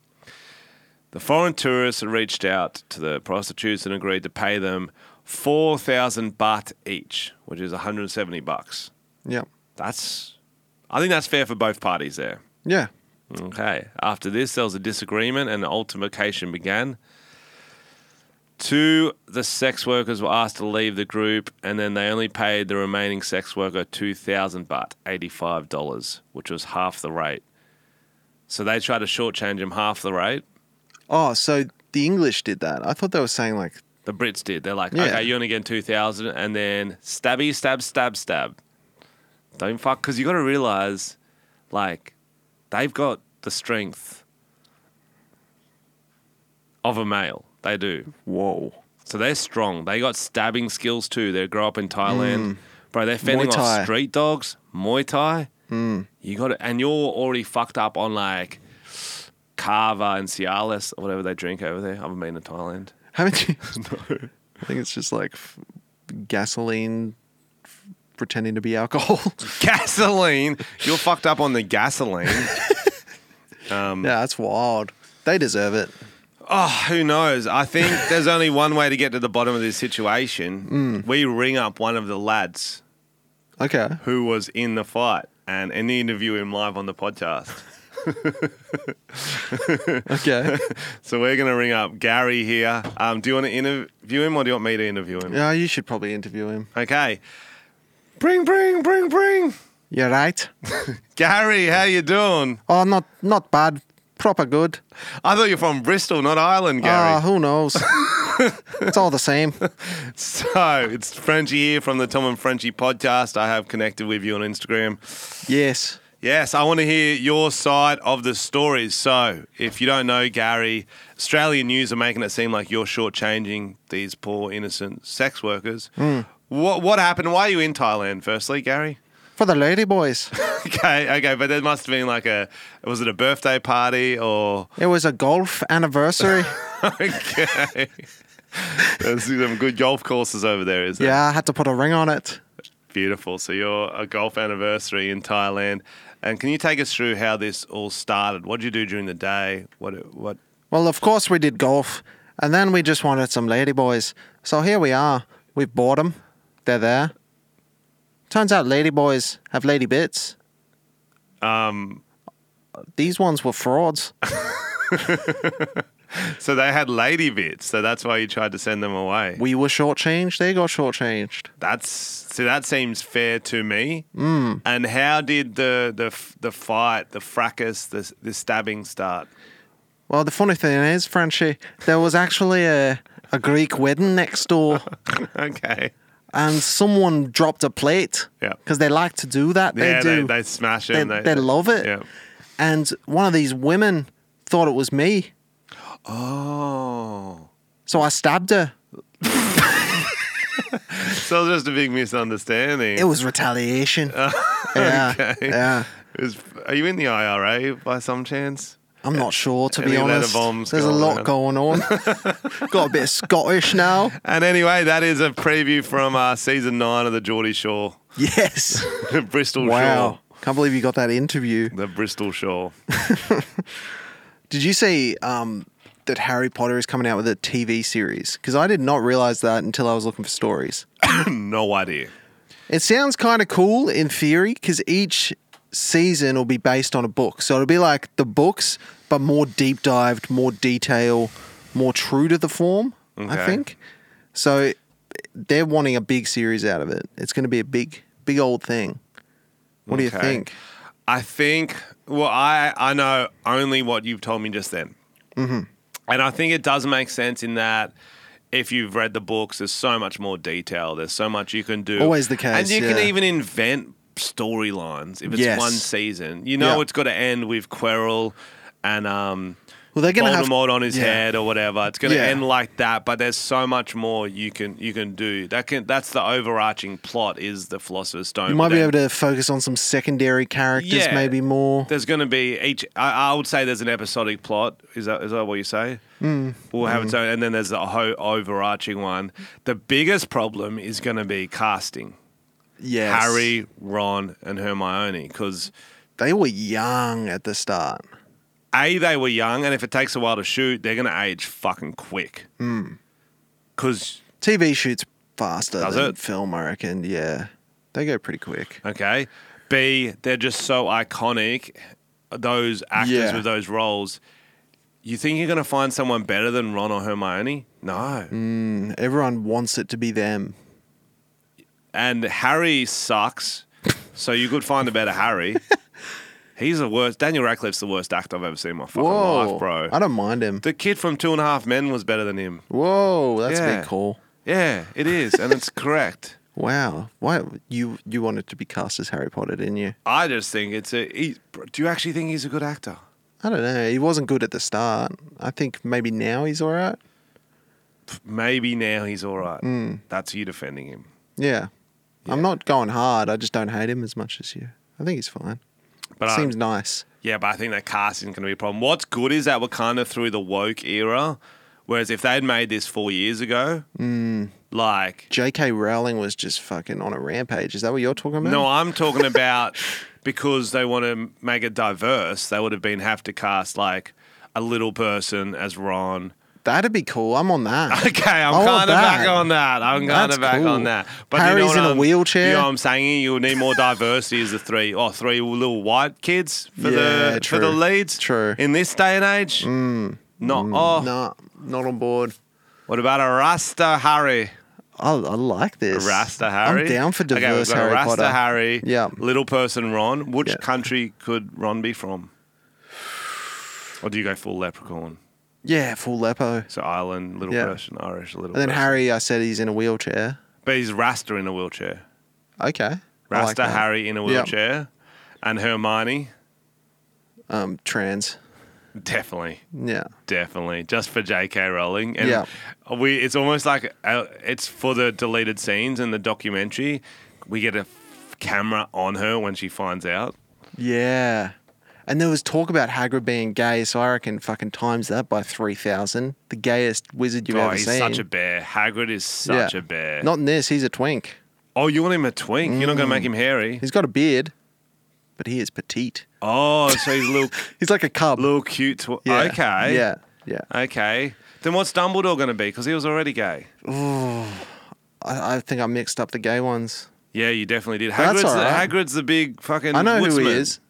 Speaker 1: The foreign tourists had reached out to the prostitutes and agreed to pay them 4,000 baht each, which is 170 bucks.
Speaker 2: Yeah.
Speaker 1: That's, I think that's fair for both parties there.
Speaker 2: Yeah.
Speaker 1: Okay. After this, there was a disagreement and an altercation began. Two, the sex workers were asked to leave the group, and then they only paid the remaining sex worker 2,000 baht, $85, which was half the rate. So they tried to shortchange him half the rate.
Speaker 2: Oh, so the English did that. I thought they were saying like
Speaker 1: The Brits did. They're like,
Speaker 2: Yeah.
Speaker 1: okay, you're only getting 2,000 and then stabby, stab, stab, stab. Don't fuck. Because you got to realize, like, they've got the strength of a male. They do.
Speaker 2: Whoa.
Speaker 1: So they're strong. They got stabbing skills too. They grow up in Thailand. Bro, they're fending
Speaker 2: Mm.
Speaker 1: off
Speaker 2: Muay Thai. Mm.
Speaker 1: street dogs, Muay Thai. You got it. And you're already fucked up on like Kava and Cialis or whatever they drink over there. I haven't been to Thailand.
Speaker 2: Haven't you? I think it's just like f- gasoline f- pretending to be alcohol.
Speaker 1: gasoline. You're fucked up on the gasoline. Um,
Speaker 2: yeah, that's wild. They deserve it.
Speaker 1: Oh, who knows? I think there's only one way to get to the bottom of this situation. We ring up one of the lads
Speaker 2: Okay.
Speaker 1: who was in the fight and, and interview him live on the podcast.
Speaker 2: Okay.
Speaker 1: So we're going to ring up Gary here. Um, do you want to interview him or do you want me to interview him?
Speaker 2: yeah, you should probably interview him.
Speaker 1: Okay. Bring, bring, bring, bring.
Speaker 2: You're right.
Speaker 1: Gary, how you doing?
Speaker 2: Oh, not not bad. Proper good.
Speaker 1: I thought you're from Bristol, not Ireland, Gary.
Speaker 2: Ah, who knows? it's all the same.
Speaker 1: So it's Frenchie here from the Tom and Frenchie podcast. I have connected with you on Instagram.
Speaker 2: Yes.
Speaker 1: Yes, I want to hear your side of the stories. So if you don't know, Gary, Australian news are making it seem like you're shortchanging these poor innocent sex workers. What what happened? Why are you in Thailand? Firstly, Gary.
Speaker 2: For the lady boys.
Speaker 1: Okay, okay, but there must have been like a was it a birthday party or
Speaker 2: It was a golf anniversary.
Speaker 1: okay? There's some good golf courses over there, is there?
Speaker 2: yeah, I had to put a ring on it.
Speaker 1: Beautiful. So you're a golf anniversary in Thailand, and can you take us through how this all started? What did you do during the day? What what?
Speaker 2: Well, of course we did golf, and then we just wanted some lady boys. So here we are. We've bought them. They're there. Turns out lady boys have lady bits. Um, these ones were frauds.
Speaker 1: So they had lady bits, so that's why you tried to send them away.
Speaker 2: we were shortchanged. They got shortchanged.
Speaker 1: That's so that seems fair to me. Mm. And how did the the f- the fight, the fracas, the the stabbing start?
Speaker 2: Well, the funny thing is, Frenchie, there was actually a, a Greek wedding next door,
Speaker 1: okay.
Speaker 2: and someone dropped a plate.
Speaker 1: Yeah.
Speaker 2: Because they like to do that. They
Speaker 1: yeah,
Speaker 2: do.
Speaker 1: They, they smash
Speaker 2: They-
Speaker 1: it.
Speaker 2: they love it.
Speaker 1: Yeah.
Speaker 2: And one of these women thought it was me,
Speaker 1: Oh.
Speaker 2: so I stabbed her.
Speaker 1: So it was just a big misunderstanding.
Speaker 2: It was retaliation. yeah.
Speaker 1: okay.
Speaker 2: Yeah.
Speaker 1: It was- are you in the IRA by some chance?
Speaker 2: I'm not sure to
Speaker 1: Any
Speaker 2: be
Speaker 1: amount of
Speaker 2: honest.
Speaker 1: bombs
Speaker 2: There's
Speaker 1: going
Speaker 2: a lot
Speaker 1: around.
Speaker 2: going on. Got a bit of Scottish now.
Speaker 1: And anyway, that is a preview from uh, season nine of the Geordie Shore,
Speaker 2: Yes.
Speaker 1: Bristol
Speaker 2: Wow.
Speaker 1: Shore,
Speaker 2: Can't believe you got that interview.
Speaker 1: the Bristol Shore.
Speaker 2: Did you see um, that Harry Potter is coming out with a TV series? Because I did not realize that until I was looking for stories.
Speaker 1: no idea.
Speaker 2: It sounds kind of cool in theory because each season will be based on a book. So it'll be like the books, but more deep dived, more detail, more true to the form,
Speaker 1: Okay.
Speaker 2: I think. So they're wanting a big series out of it. It's going to be a big, big old thing. What do you
Speaker 1: Okay.
Speaker 2: think?
Speaker 1: I think. Well, I I know only what you've told me just then, mm-hmm. and I think it does make sense in that if you've read the books, there's so much more detail. There's so much you can do.
Speaker 2: Always the
Speaker 1: and
Speaker 2: case,
Speaker 1: you can
Speaker 2: yeah.
Speaker 1: even invent storylines if it's
Speaker 2: Yes.
Speaker 1: one season. You know,
Speaker 2: Yeah.
Speaker 1: it's got to end with Quirrell and um.
Speaker 2: Well, they're going to have
Speaker 1: Voldemort on his
Speaker 2: yeah.
Speaker 1: head or whatever. It's going to
Speaker 2: Yeah.
Speaker 1: end like that, but there's so much more you can you can do. That can that's the overarching plot is the Philosopher's Stone.
Speaker 2: You might
Speaker 1: but
Speaker 2: be
Speaker 1: then-
Speaker 2: able to focus on some secondary characters,
Speaker 1: Yeah.
Speaker 2: maybe more.
Speaker 1: There's going to be each. I, I would say there's an episodic plot. Is that is that what you say?
Speaker 2: Hmm.
Speaker 1: Mm. We'll have its own, and then there's a whole overarching one. The biggest problem is going to be casting
Speaker 2: Yes.
Speaker 1: Harry, Ron, and Hermione because
Speaker 2: They were young at the start.
Speaker 1: a they were young, and if it takes a while to shoot, they're going to age fucking quick.
Speaker 2: Hmm.
Speaker 1: Because
Speaker 2: TV shoots faster
Speaker 1: Does
Speaker 2: than
Speaker 1: it?
Speaker 2: film, I reckon. Yeah. They go pretty quick.
Speaker 1: okay, B they're just so iconic. Those actors
Speaker 2: Yeah.
Speaker 1: with those roles. You think you're going to find someone better than Ron or Hermione? No.
Speaker 2: Everyone wants it to be them.
Speaker 1: and Harry sucks. So you could find a better Harry. He's the worst. Daniel Radcliffe's the worst actor I've ever seen in my fucking life, bro.
Speaker 2: I don't mind him.
Speaker 1: The kid from Two and a Half Men was better than him.
Speaker 2: Whoa, that's a
Speaker 1: Yeah.
Speaker 2: big call.
Speaker 1: Yeah, it is, and it's correct.
Speaker 2: Wow. Why you you wanted to be cast as Harry Potter, didn't you?
Speaker 1: I just think it's a. He, bro, do you actually think he's a good actor?
Speaker 2: I don't know. He wasn't good at the start. I think maybe now he's all right.
Speaker 1: Maybe now he's all right.
Speaker 2: Hmm.
Speaker 1: That's you defending him.
Speaker 2: Yeah. I'm not going hard. I just don't hate him as much as you. I think he's fine.
Speaker 1: But uh, I-
Speaker 2: Seems nice.
Speaker 1: Yeah, but I think that casting's going to be a problem. What's good is that we're kind of through the woke era, whereas if they'd made this four years ago,
Speaker 2: Hmm.
Speaker 1: like
Speaker 2: J.K. Rowling was just fucking on a rampage. Is that what you're talking about?
Speaker 1: No, I'm talking about because they want to make it diverse. They would have been have to cast like a little person as Ron.
Speaker 2: That'd be cool. I'm on that.
Speaker 1: Okay, I'm
Speaker 2: I want
Speaker 1: kind of back
Speaker 2: Oh, that.
Speaker 1: on that. I'm kind
Speaker 2: That's
Speaker 1: of back
Speaker 2: cool.
Speaker 1: on that.
Speaker 2: Harry's
Speaker 1: what
Speaker 2: in a
Speaker 1: I'm-
Speaker 2: wheelchair.
Speaker 1: You know what I'm saying? You'll need more diversity as the three oh, three little white kids for
Speaker 2: Yeah,
Speaker 1: the for the
Speaker 2: true.
Speaker 1: leads.
Speaker 2: True. Mm.
Speaker 1: In this day and age, not oh.
Speaker 2: no, not on board.
Speaker 1: What about a Rasta Harry?
Speaker 2: I, I like this.
Speaker 1: Rasta Harry.
Speaker 2: I'm down for
Speaker 1: Okay, we've
Speaker 2: diverse
Speaker 1: got
Speaker 2: Harry
Speaker 1: a Rasta
Speaker 2: Potter.
Speaker 1: Harry.
Speaker 2: Yeah.
Speaker 1: Little person Ron. Which
Speaker 2: Yeah.
Speaker 1: country could Ron be from? Or do you go full leprechaun?
Speaker 2: Yeah, full lepo.
Speaker 1: So Ireland, little
Speaker 2: Yeah.
Speaker 1: person, Irish, little.
Speaker 2: And then
Speaker 1: person.
Speaker 2: Harry, I said he's in a wheelchair.
Speaker 1: But he's Rasta in a wheelchair.
Speaker 2: Okay. I like
Speaker 1: Rasta
Speaker 2: that.
Speaker 1: Harry in a
Speaker 2: Yeah.
Speaker 1: wheelchair, and Hermione
Speaker 2: Um, trans.
Speaker 1: definitely.
Speaker 2: Yeah.
Speaker 1: Definitely, just for J.K. Rowling, and
Speaker 2: Yeah.
Speaker 1: we. It's almost like uh, it's for the deleted scenes in the documentary. We get a f- camera on her when she finds out.
Speaker 2: Yeah. And there was talk about Hagrid being gay, so I reckon fucking times that by 3,000. The gayest wizard you've
Speaker 1: oh,
Speaker 2: ever
Speaker 1: he's
Speaker 2: seen.
Speaker 1: such a bear. Hagrid is such
Speaker 2: Yeah.
Speaker 1: a bear.
Speaker 2: Not Mm. in this, he's a twink.
Speaker 1: oh, you want him a twink? You're not going to make him hairy.
Speaker 2: He's got a beard, but he is petite.
Speaker 1: Oh, so he's a little,
Speaker 2: He's like a cub.
Speaker 1: little cute. Tw-
Speaker 2: yeah.
Speaker 1: Okay.
Speaker 2: Yeah. Yeah.
Speaker 1: Okay. Then what's Dumbledore going to be? Because he was already gay.
Speaker 2: I, I think I mixed up the gay ones.
Speaker 1: Yeah, you definitely did.
Speaker 2: That's
Speaker 1: Hagrid's,
Speaker 2: all right.
Speaker 1: the, Hagrid's the big fucking.
Speaker 2: I know who
Speaker 1: woodsman.
Speaker 2: he is.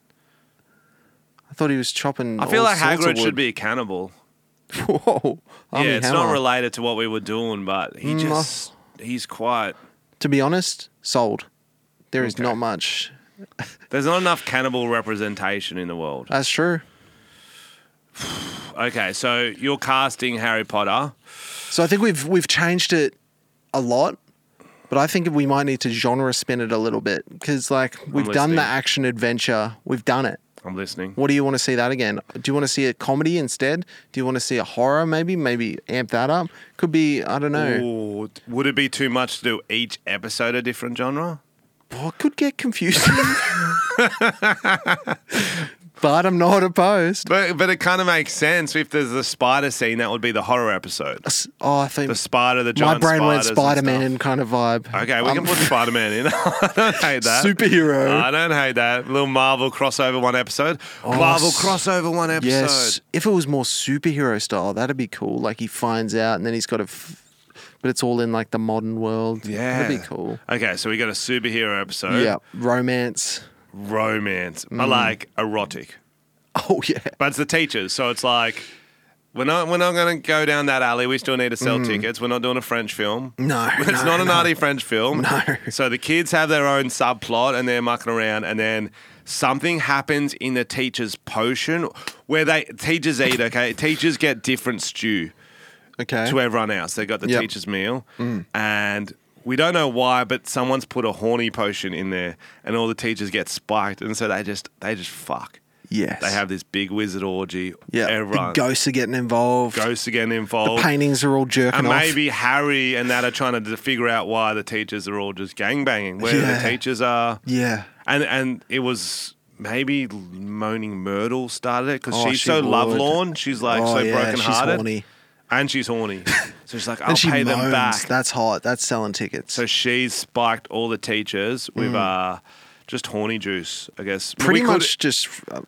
Speaker 2: I thought he was chopping.
Speaker 1: I feel
Speaker 2: all
Speaker 1: like
Speaker 2: sorts of
Speaker 1: Hagrid should
Speaker 2: wood.
Speaker 1: be a cannibal.
Speaker 2: Whoa. Army
Speaker 1: yeah, it's
Speaker 2: Hammer.
Speaker 1: not related to what we were doing, but he
Speaker 2: Mm,
Speaker 1: just he's quiet.
Speaker 2: To be honest, sold. There is
Speaker 1: Okay.
Speaker 2: not much.
Speaker 1: There's not enough cannibal representation in the world.
Speaker 2: That's true.
Speaker 1: Okay, so you're casting Harry Potter.
Speaker 2: So I think we've we've changed it a lot, but I think we might need to genre spin it a little bit because like we've done
Speaker 1: listening.
Speaker 2: the action adventure, we've done it.
Speaker 1: I'm listening.
Speaker 2: What do you want to see that again? Do you want to see a comedy instead? Do you want to see a horror? Maybe maybe amp that up. Could be I don't know.
Speaker 1: Ooh, would it be too much to do each episode a different genre?
Speaker 2: Oh, it could get confusing. but I'm not opposed.
Speaker 1: But but it kind of makes sense if there's the spider scene. That would be the horror episode.
Speaker 2: S- Oh, I think
Speaker 1: The spider, the
Speaker 2: my
Speaker 1: giant
Speaker 2: brain went Um,
Speaker 1: spiders and stuff.
Speaker 2: Spider Man kind of vibe.
Speaker 1: Okay, we
Speaker 2: I'm
Speaker 1: can put Spider Man in. I don't hate that.
Speaker 2: superhero.
Speaker 1: I don't hate that. Little Marvel crossover one episode. Marvel
Speaker 2: Oh, s-
Speaker 1: crossover one episode.
Speaker 2: Yes, if it was more superhero style, that'd be cool. Like he finds out, and then he's got to, f- but it's all in like the modern world.
Speaker 1: Yeah.
Speaker 2: that'd be cool.
Speaker 1: Okay, so we got a superhero episode.
Speaker 2: Yeah, Mm. romance.
Speaker 1: Romance. I like erotic.
Speaker 2: Oh yeah,
Speaker 1: But it's the teachers, so it's like we're not we're not gonna go down that alley. We still need to sell tickets. We're not doing a French film.
Speaker 2: Mm. no,
Speaker 1: It's
Speaker 2: no,
Speaker 1: not an
Speaker 2: no.
Speaker 1: arty French film.
Speaker 2: No.
Speaker 1: So the kids have their own subplot and they're mucking around and then something happens in the teacher's potion where they teachers eat, okay? Teachers get different stew
Speaker 2: Okay,
Speaker 1: to everyone else. They got the
Speaker 2: Eh? Yep. Mm.
Speaker 1: teacher's meal, and we don't know why, but someone's put a horny potion in there, and all the teachers get spiked, and so they just they just fuck.
Speaker 2: yes,
Speaker 1: They have this big wizard orgy.
Speaker 2: yeah.
Speaker 1: everyone
Speaker 2: The ghosts are getting involved.
Speaker 1: ghosts are getting
Speaker 2: the
Speaker 1: involved.
Speaker 2: paintings are all jerking
Speaker 1: and
Speaker 2: off.
Speaker 1: maybe Harry and that are trying to d- figure out why the teachers are all just gangbanging, where
Speaker 2: Yeah.
Speaker 1: the teachers are.
Speaker 2: yeah,
Speaker 1: And and it was maybe Moaning Myrtle started it because
Speaker 2: Oh,
Speaker 1: she's
Speaker 2: she
Speaker 1: so
Speaker 2: would.
Speaker 1: lovelorn. She's like
Speaker 2: Oh,
Speaker 1: so
Speaker 2: yeah,
Speaker 1: broken
Speaker 2: She's
Speaker 1: hearted.
Speaker 2: horny.
Speaker 1: And she's horny. So she's like, I'll
Speaker 2: And she
Speaker 1: pay
Speaker 2: moans.
Speaker 1: them back.
Speaker 2: That's hot. That's selling tickets.
Speaker 1: So she's spiked all the teachers with uh, just horny juice, I guess.
Speaker 2: Mm. Pretty
Speaker 1: We could-
Speaker 2: much just, uh,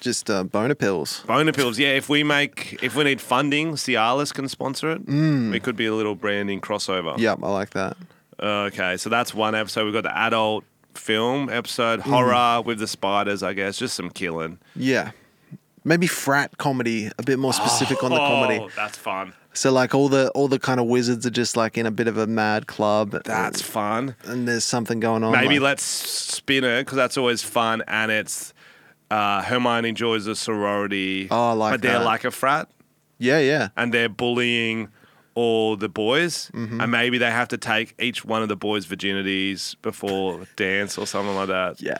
Speaker 2: just uh, boner pills.
Speaker 1: boner pills. Yeah, if we make if we need funding, Cialis can sponsor it. Mm. It could be a little branding crossover. Uh,
Speaker 2: Yep, I like that.
Speaker 1: Okay, so that's one episode. We've got the adult film
Speaker 2: Mm.
Speaker 1: episode, horror with the spiders, I guess, just some killing.
Speaker 2: Yeah. Maybe frat comedy, a bit more specific on the comedy.
Speaker 1: Oh, that's fun.
Speaker 2: So like all the all the kind of wizards are just like in a bit of a mad club.
Speaker 1: That's fun.
Speaker 2: and there's something going on.
Speaker 1: Maybe
Speaker 2: like,
Speaker 1: let's spin it because that's always fun, and it's uh, Hermione joins a sorority.
Speaker 2: Oh, I like
Speaker 1: but they're
Speaker 2: that.
Speaker 1: like a frat.
Speaker 2: yeah, yeah,
Speaker 1: and they're bullying all the boys, and maybe they have to take each one of the boys' virginities before dance or something like that,
Speaker 2: yeah.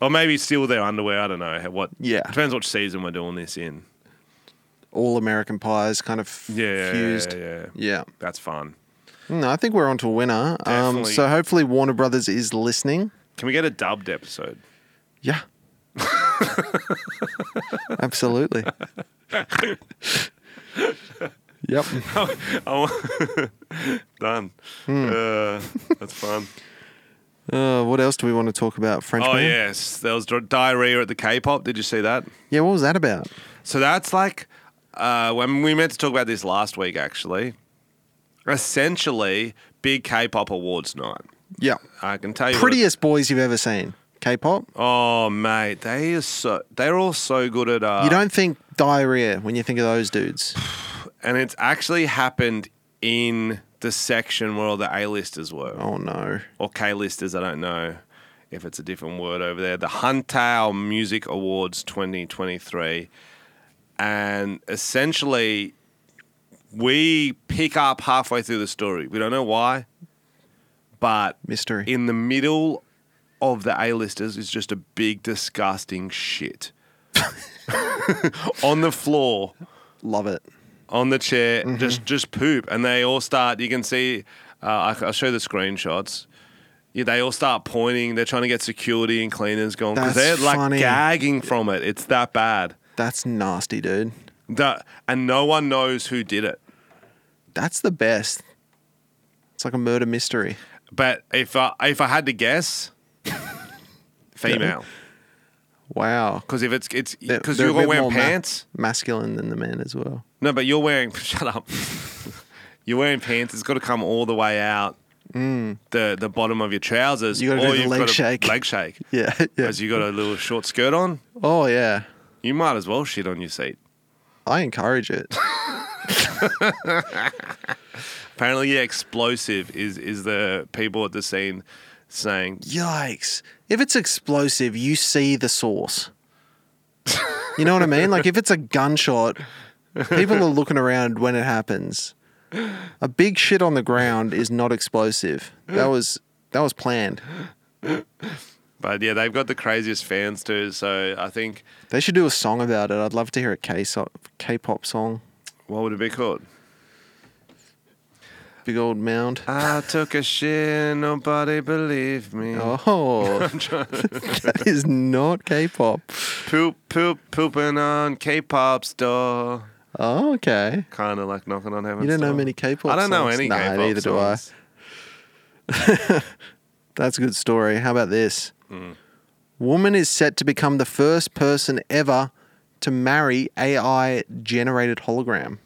Speaker 1: or maybe steal their underwear. I don't know how- what.
Speaker 2: Yeah.
Speaker 1: depends what season we're doing this in.
Speaker 2: All American pies kind of f-
Speaker 1: Yeah,
Speaker 2: fused.
Speaker 1: yeah, yeah, yeah.
Speaker 2: Yeah.
Speaker 1: That's fun.
Speaker 2: No, I think we're onto a winner. Um,
Speaker 1: Definitely.
Speaker 2: so hopefully Warner Brothers is listening.
Speaker 1: Can we get a dubbed episode?
Speaker 2: Yeah. Absolutely. yep.
Speaker 1: Oh, done. Uh, that's fun.
Speaker 2: Uh, what else do we want to talk about? French
Speaker 1: Oh
Speaker 2: man?
Speaker 1: yes, there was dr- diarrhea at the K-pop. Did you see that?
Speaker 2: Yeah, what was that about?
Speaker 1: So that's like uh, when we meant to talk about this last week, actually. Essentially, big K-pop awards night.
Speaker 2: Yeah.
Speaker 1: I can tell you, what it-
Speaker 2: Prettiest boys you've ever seen. K-pop.
Speaker 1: oh mate, they are so they're all so good at. Uh,
Speaker 2: You don't think diarrhea when you think of those dudes.
Speaker 1: and it's actually happened in the section where all the A-listers were
Speaker 2: Oh no.
Speaker 1: or K-listers. I don't know if it's a different word over there. The Huntao Music Awards 2023, and essentially. We pick up halfway through the story. We don't know why, but
Speaker 2: Mystery.
Speaker 1: in the middle of the A-listers is just a big disgusting shit on the floor,
Speaker 2: Love it.
Speaker 1: on the chair,
Speaker 2: Mm-hmm.
Speaker 1: just just poop, and they all start. You can see, uh, I, I'll show the screenshots. Yeah, they all start pointing. They're trying to get security and cleaners going because they're
Speaker 2: That's
Speaker 1: like
Speaker 2: funny.
Speaker 1: gagging from it. It's that bad.
Speaker 2: That's nasty, dude.
Speaker 1: The, and no one knows who did it.
Speaker 2: That's the best. It's like a murder mystery.
Speaker 1: But if I, if I had to guess, female.
Speaker 2: Wow.
Speaker 1: Because if it's it's
Speaker 2: They're-
Speaker 1: because
Speaker 2: they're a
Speaker 1: you're gonna
Speaker 2: bit
Speaker 1: wear
Speaker 2: more ma-
Speaker 1: pants.
Speaker 2: masculine than the men as well.
Speaker 1: No, but you're wearing. Shut up. you're wearing pants. It's got to come all the way out the the bottom of your trousers.
Speaker 2: Mm. You gotta
Speaker 1: or
Speaker 2: do the
Speaker 1: you've
Speaker 2: leg
Speaker 1: gotta
Speaker 2: shake.
Speaker 1: Leg shake.
Speaker 2: Yeah. yeah.
Speaker 1: Because you got a little short skirt on,
Speaker 2: Oh yeah.
Speaker 1: you might as well shit on your seat.
Speaker 2: I encourage it.
Speaker 1: Apparently, yeah, explosive is is the people at the scene saying.
Speaker 2: Yikes. If it's explosive, you see the source. You know what I mean? Like if it's a gunshot, people are looking around when it happens. A big shit on the ground is not explosive. That was that was planned.
Speaker 1: But yeah, they've got the craziest fans too. So I think
Speaker 2: They should do a song about it. I'd love to hear a K so- K-pop song.
Speaker 1: what would it be called?
Speaker 2: big old mound.
Speaker 1: I took a shit, nobody believed me.
Speaker 2: Oh,
Speaker 1: I'm trying
Speaker 2: that is not K-pop.
Speaker 1: poop, poop, pooping on K-pop's door.
Speaker 2: Oh, okay.
Speaker 1: Kind of like knocking on heaven's
Speaker 2: You don't know
Speaker 1: door.
Speaker 2: many K-pop
Speaker 1: I don't know
Speaker 2: songs?
Speaker 1: any
Speaker 2: Nah,
Speaker 1: K-pop
Speaker 2: neither do I.
Speaker 1: songs.
Speaker 2: That's a good story. How about this? Woman is set to become the first person ever to marry AI generated hologram.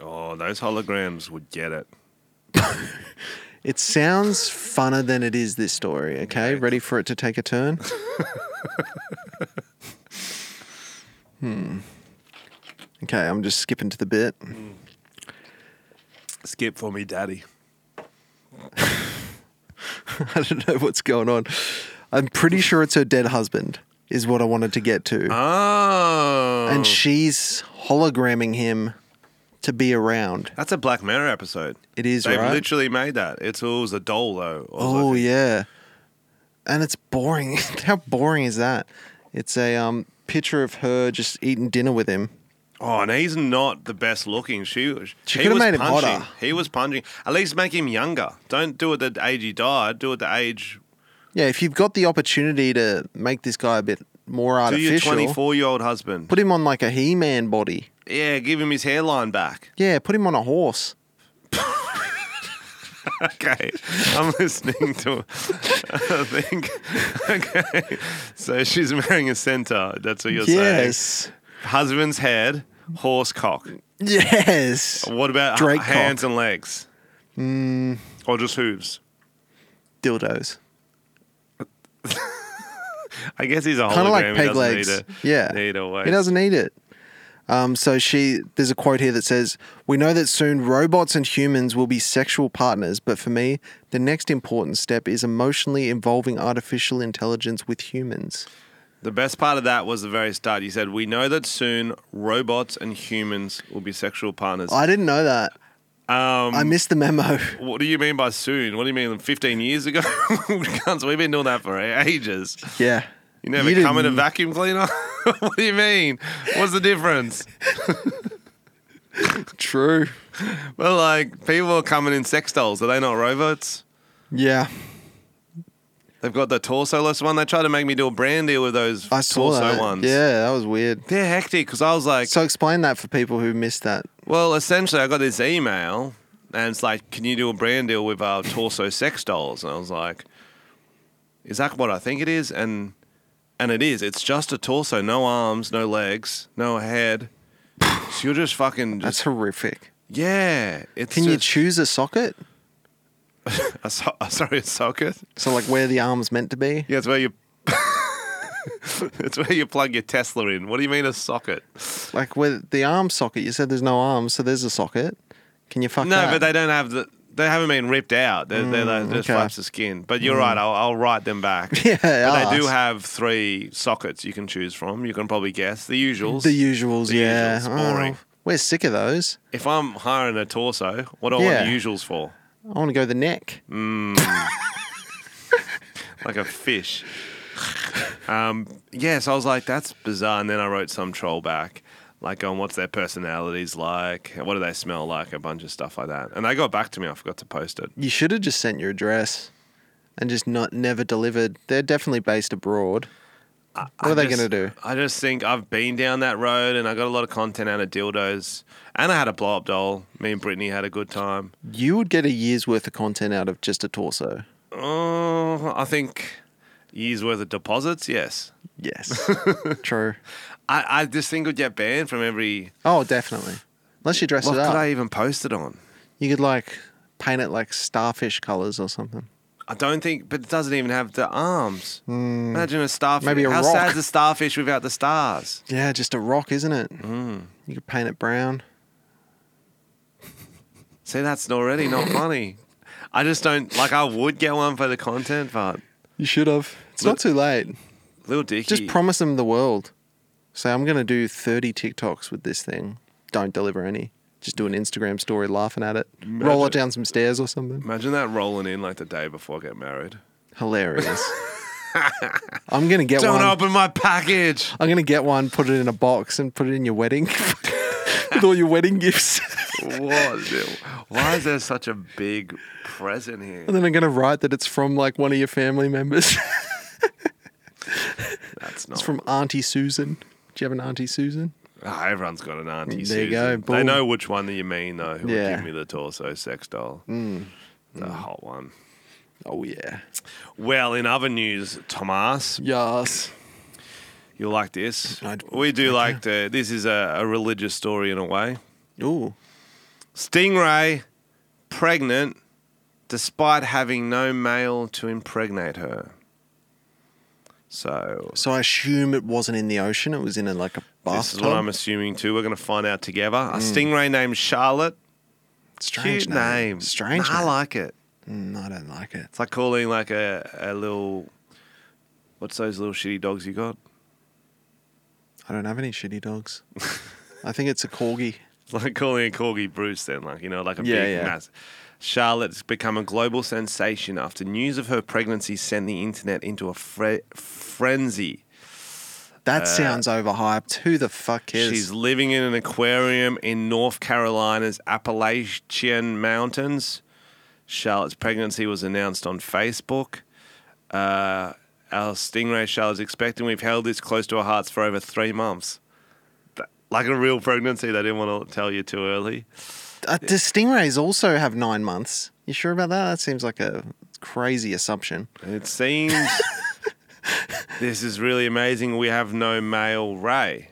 Speaker 1: Oh, those holograms would get it.
Speaker 2: It sounds funner than it is this story, okay?
Speaker 1: Okay.
Speaker 2: Ready for it to take a turn? hmm. Hmm. Okay, I'm just skipping to the bit.
Speaker 1: Skip for me, daddy.
Speaker 2: I don't know what's going on. I'm pretty sure it's her dead husband, is what I wanted to get to.
Speaker 1: Oh,
Speaker 2: And she's hologramming him to be around.
Speaker 1: that's a Black Mirror episode.
Speaker 2: It is,
Speaker 1: They've
Speaker 2: right?
Speaker 1: literally made that. It's always a doll though.
Speaker 2: Oh yeah, and it's boring. How boring is that? It's a um, picture of her just eating dinner with him.
Speaker 1: Oh, and he's not the best looking. She,
Speaker 2: She
Speaker 1: he
Speaker 2: could've
Speaker 1: was
Speaker 2: made him
Speaker 1: punching.
Speaker 2: hotter.
Speaker 1: He was punching. At least make him younger. Don't do it the age he died. Do it the age.
Speaker 2: Yeah, if you've got the opportunity to make this guy a bit more
Speaker 1: Do your
Speaker 2: artificial,
Speaker 1: 24 year old husband.
Speaker 2: put him on like a he-man body.
Speaker 1: Yeah, give him his hairline back.
Speaker 2: Yeah, put him on a horse.
Speaker 1: Okay, I'm listening to. I think. Okay, so she's marrying a centaur. That's what you're
Speaker 2: yes,
Speaker 1: saying. Husband's head, horse cock.
Speaker 2: yes.
Speaker 1: What about
Speaker 2: Drake Hmm.
Speaker 1: hands and legs? Mm. Or just hooves?
Speaker 2: Dildos.
Speaker 1: I guess he's a hologram.
Speaker 2: kind
Speaker 1: he
Speaker 2: of like peg
Speaker 1: doesn't
Speaker 2: legs.
Speaker 1: Need a,
Speaker 2: yeah,
Speaker 1: Need a waist.
Speaker 2: he doesn't need it. Um, so she, there's a quote here that says, "We know that soon robots and humans will be sexual partners, but for me, the next important step is emotionally involving artificial intelligence with humans."
Speaker 1: The best part of that was the very start. You said, We know that soon robots and humans will be sexual partners.
Speaker 2: I didn't know that.
Speaker 1: um,
Speaker 2: I missed the memo.
Speaker 1: what do you mean by soon? What do you mean, 15 years ago? Cunts, We've been doing that for ages.
Speaker 2: yeah,
Speaker 1: You never
Speaker 2: You
Speaker 1: come in a
Speaker 2: didn't-
Speaker 1: vacuum cleaner? what do you mean? What's the difference?
Speaker 2: true.
Speaker 1: Well, like, people are coming in sex dolls. Are they not robots?
Speaker 2: Yeah,
Speaker 1: They've got the torso-less one. They tried to make me do a brand deal with those
Speaker 2: I saw
Speaker 1: torso
Speaker 2: that.
Speaker 1: ones.
Speaker 2: Yeah, that was weird.
Speaker 1: They're hectic because I was like,
Speaker 2: So explain that for people who missed that.
Speaker 1: well, essentially, I got this email and it's like, can you do a brand deal with our torso sex dolls? And I was like, is that what I think it is? And and it is. It's just a torso, no arms, no legs, no head. So you're just fucking just
Speaker 2: That's horrific.
Speaker 1: yeah. It's
Speaker 2: Can you
Speaker 1: just-
Speaker 2: choose a socket?
Speaker 1: a so- a- sorry a socket?
Speaker 2: So like where the arm's meant to be?
Speaker 1: Yeah, it's where you. it's where you plug your Tesla in. What do you mean a socket?
Speaker 2: Like with the arm socket, you said there's no arm, so there's a socket. Can you fuck
Speaker 1: No,
Speaker 2: that?
Speaker 1: but they don't have the. They haven't been ripped out. They're, they're like just
Speaker 2: Mm, okay. Mm.
Speaker 1: flaps of skin. But you're right. I'll, I'll write them back.
Speaker 2: Yeah, ah,
Speaker 1: but they do
Speaker 2: ask.
Speaker 1: have three sockets you can choose from. You can probably guess the usuals.
Speaker 2: the usuals,
Speaker 1: The
Speaker 2: yeah. Oh,
Speaker 1: usuals, boring.
Speaker 2: we're sick of those.
Speaker 1: if I'm hiring a torso, what do I
Speaker 2: Yeah.
Speaker 1: want the usuals for?
Speaker 2: I want to go the neck.
Speaker 1: Mm. Like a fish. um, yeah, so I was like, that's bizarre. And then I wrote some troll back, like on what's their personalities like, what do they smell like, a bunch of stuff like that. And they got back to me. I forgot to post it.
Speaker 2: You should have just sent your address and just not never delivered. They're definitely based abroad. What
Speaker 1: I
Speaker 2: are they
Speaker 1: just-
Speaker 2: going to do?
Speaker 1: I just think I've been down that road and I got a lot of content out of dildos. And I had a blow up doll. Me and Brittany had a good time.
Speaker 2: You would get a year's worth of content out of just a torso.
Speaker 1: Oh, I think years worth of deposits, yes.
Speaker 2: Yes. True.
Speaker 1: I, I just think would get banned from every.
Speaker 2: Oh, definitely. Unless you dress
Speaker 1: What
Speaker 2: it
Speaker 1: could
Speaker 2: up.
Speaker 1: I even post it on?
Speaker 2: You could like paint it like starfish colors or something.
Speaker 1: I don't think, but it doesn't even have the arms. Imagine a starfish.
Speaker 2: Hmm. Maybe a
Speaker 1: How
Speaker 2: rock.
Speaker 1: sad is a starfish without the stars?
Speaker 2: Yeah, just a rock, isn't it? You could paint it brown.
Speaker 1: See, that's already not funny. I just don't like. I would get one for the content, but
Speaker 2: You should have. It's
Speaker 1: Look-
Speaker 2: not too late.
Speaker 1: little dicky.
Speaker 2: Just promise them the world. Say, I'm going to do 30 TikToks with this thing. Don't deliver any. Just do an Instagram story laughing at it. Roll it down some stairs or something.
Speaker 1: Imagine that rolling in like the day before I get married.
Speaker 2: Hilarious. I'm going to get
Speaker 1: Don't
Speaker 2: one.
Speaker 1: open my package.
Speaker 2: I'm going to get one, put it in a box, and put it in your wedding with all your wedding gifts.
Speaker 1: was it? Why is there such a big present here?
Speaker 2: And then I'm going to write that it's from like one of your family members.
Speaker 1: That's not.
Speaker 2: it's from Auntie Susan. Do you have an Auntie Susan?
Speaker 1: Ah, everyone's got an auntie.
Speaker 2: There you
Speaker 1: Susan.
Speaker 2: go,
Speaker 1: They
Speaker 2: boom.
Speaker 1: know which one that you mean though. Who would
Speaker 2: Yeah. Hmm.
Speaker 1: give me the torso sex doll? The hot one.
Speaker 2: Oh, yeah.
Speaker 1: Well, in other news, Tomas,
Speaker 2: Yes.
Speaker 1: you'll like this.
Speaker 2: I'd-
Speaker 1: we do like to. This is a, a religious story in a way.
Speaker 2: Ooh.
Speaker 1: Stingray, pregnant, despite having no male to impregnate her. So
Speaker 2: So I assume it wasn't in the ocean. It was in a, like a
Speaker 1: this is what I'm
Speaker 2: bathtub.
Speaker 1: assuming too. We're going to find out together. A stingray named Charlotte.
Speaker 2: Hmm. Strange
Speaker 1: Cute name.
Speaker 2: Strange
Speaker 1: Nah, I
Speaker 2: name.
Speaker 1: like it.
Speaker 2: Mm, I don't like it.
Speaker 1: It's like calling like a, a little. What's those little shitty dogs you got?
Speaker 2: I don't have any shitty dogs. I think it's a corgi.
Speaker 1: It's like calling a corgi Bruce, then, like, you know, like a
Speaker 2: Yeah,
Speaker 1: big
Speaker 2: yeah.
Speaker 1: mass. Charlotte's become a global sensation after news of her pregnancy sent the internet into a fre- frenzy.
Speaker 2: That sounds overhyped. Who the fuck cares?
Speaker 1: Uh, She's living in an aquarium in North Carolina's Appalachian Mountains. Charlotte's pregnancy was announced on Facebook. Uh, our stingray Charlotte's expecting. We've held this close to our hearts for over three months. Th- Like a real pregnancy, they didn't want to tell you too early.
Speaker 2: uh, do stingrays also have nine months? You sure about that? That seems like a crazy assumption.
Speaker 1: It seems this is really amazing. We have no male ray.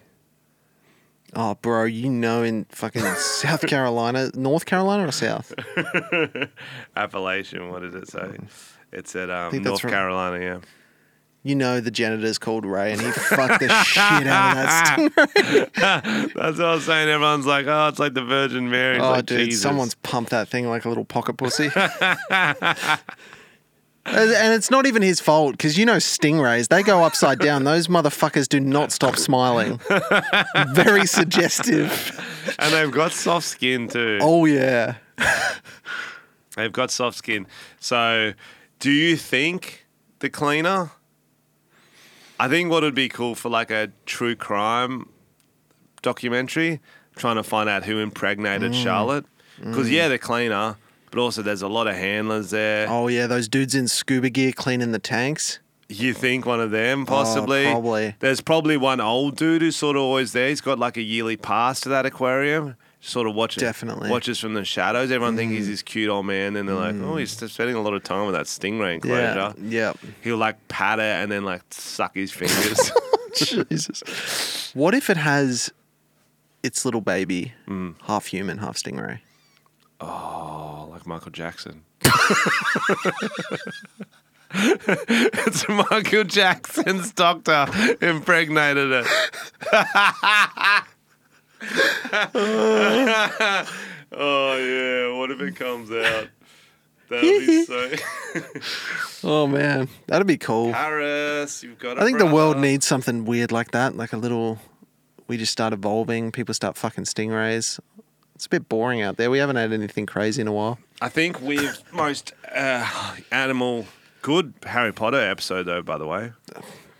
Speaker 2: Oh, bro, you know in fucking South Carolina, North Carolina or South?
Speaker 1: Appalachian, what did it say? It said um,
Speaker 2: think that's
Speaker 1: North
Speaker 2: from-
Speaker 1: Carolina, yeah.
Speaker 2: You know the janitor's called Ray and he fucked the shit out of that stingray.
Speaker 1: That's what I was saying. Everyone's like, oh, it's like the Virgin Mary. It's
Speaker 2: Oh,
Speaker 1: like,
Speaker 2: dude,
Speaker 1: Jesus.
Speaker 2: someone's pumped that thing like a little pocket pussy. And and it's not even his fault because you know stingrays, they go upside down. Those motherfuckers do not stop smiling. Very suggestive.
Speaker 1: And they've got soft skin, too.
Speaker 2: Oh, yeah.
Speaker 1: They've got soft skin. So, do you think the cleaner? I think what would be cool for like a true crime documentary, trying to find out who impregnated Charlotte. Because, yeah, the cleaner, but also there's a lot of handlers there.
Speaker 2: Oh, yeah, those dudes in scuba gear cleaning the tanks.
Speaker 1: You think one of them, possibly?
Speaker 2: Oh, probably.
Speaker 1: There's probably one old dude who's sort of always there. He's got like a yearly pass to that aquarium. Sort of watches,
Speaker 2: Definitely. Mm.
Speaker 1: watches from the shadows. Everyone thinks he's this cute old man, and they're like, "Oh, he's just spending a lot of time with that stingray
Speaker 2: Yeah.
Speaker 1: enclosure."
Speaker 2: Yeah.
Speaker 1: He'll like pat it and then like suck his fingers.
Speaker 2: Jesus. What if it has its little baby,
Speaker 1: Mm.
Speaker 2: half human, half stingray?
Speaker 1: oh, like Michael Jackson. it's Michael Jackson's doctor impregnated it. oh yeah, what if it comes out? That'd be so
Speaker 2: Oh, man. That'd be cool.
Speaker 1: Paris. You've got. I
Speaker 2: I think the world needs something weird like that, like a little. We just start evolving. People start fucking stingrays. It's a bit boring out there. We haven't had anything crazy in a while.
Speaker 1: I think with most uh, animal good Harry Potter episode though. By the way,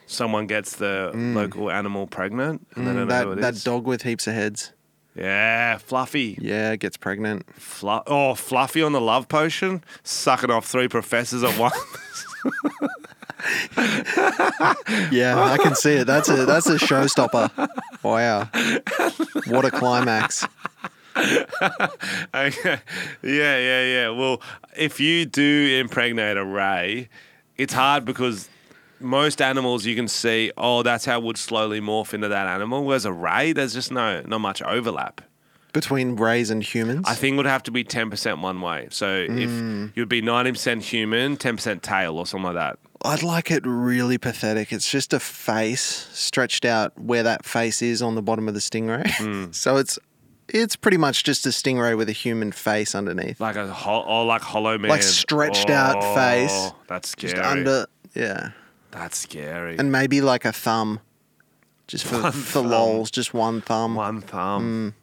Speaker 1: someone gets the local animal pregnant, and they don't know who
Speaker 2: Mm. that
Speaker 1: it
Speaker 2: that
Speaker 1: is.
Speaker 2: dog with heaps of heads.
Speaker 1: yeah, Fluffy,
Speaker 2: Yeah, gets pregnant.
Speaker 1: Flu- oh Fluffy on the love potion, sucking off three professors at once.
Speaker 2: Yeah, I can see it. That's a that's a showstopper. Wow, what a climax!
Speaker 1: Okay. yeah, yeah, yeah. Well, if you do impregnate a ray, it's hard because most animals you can see, oh, that's how it would slowly morph into that animal. Whereas a ray, there's just no not much overlap.
Speaker 2: Between rays and humans,
Speaker 1: I think it would have to be ten percent one way. So
Speaker 2: Hmm.
Speaker 1: if you'd be ninety percent human, ten percent tail, or something like that.
Speaker 2: I'd like it really pathetic. It's just a face stretched out where that face is on the bottom of the stingray.
Speaker 1: Hmm.
Speaker 2: so it's it's pretty much just a stingray with a human face underneath.
Speaker 1: Like a ho- oh, like hollow man,
Speaker 2: stretched out
Speaker 1: Oh,
Speaker 2: face.
Speaker 1: That's scary.
Speaker 2: Just under, yeah,
Speaker 1: that's scary.
Speaker 2: and maybe like a thumb, just for for lols, just one thumb.
Speaker 1: one thumb.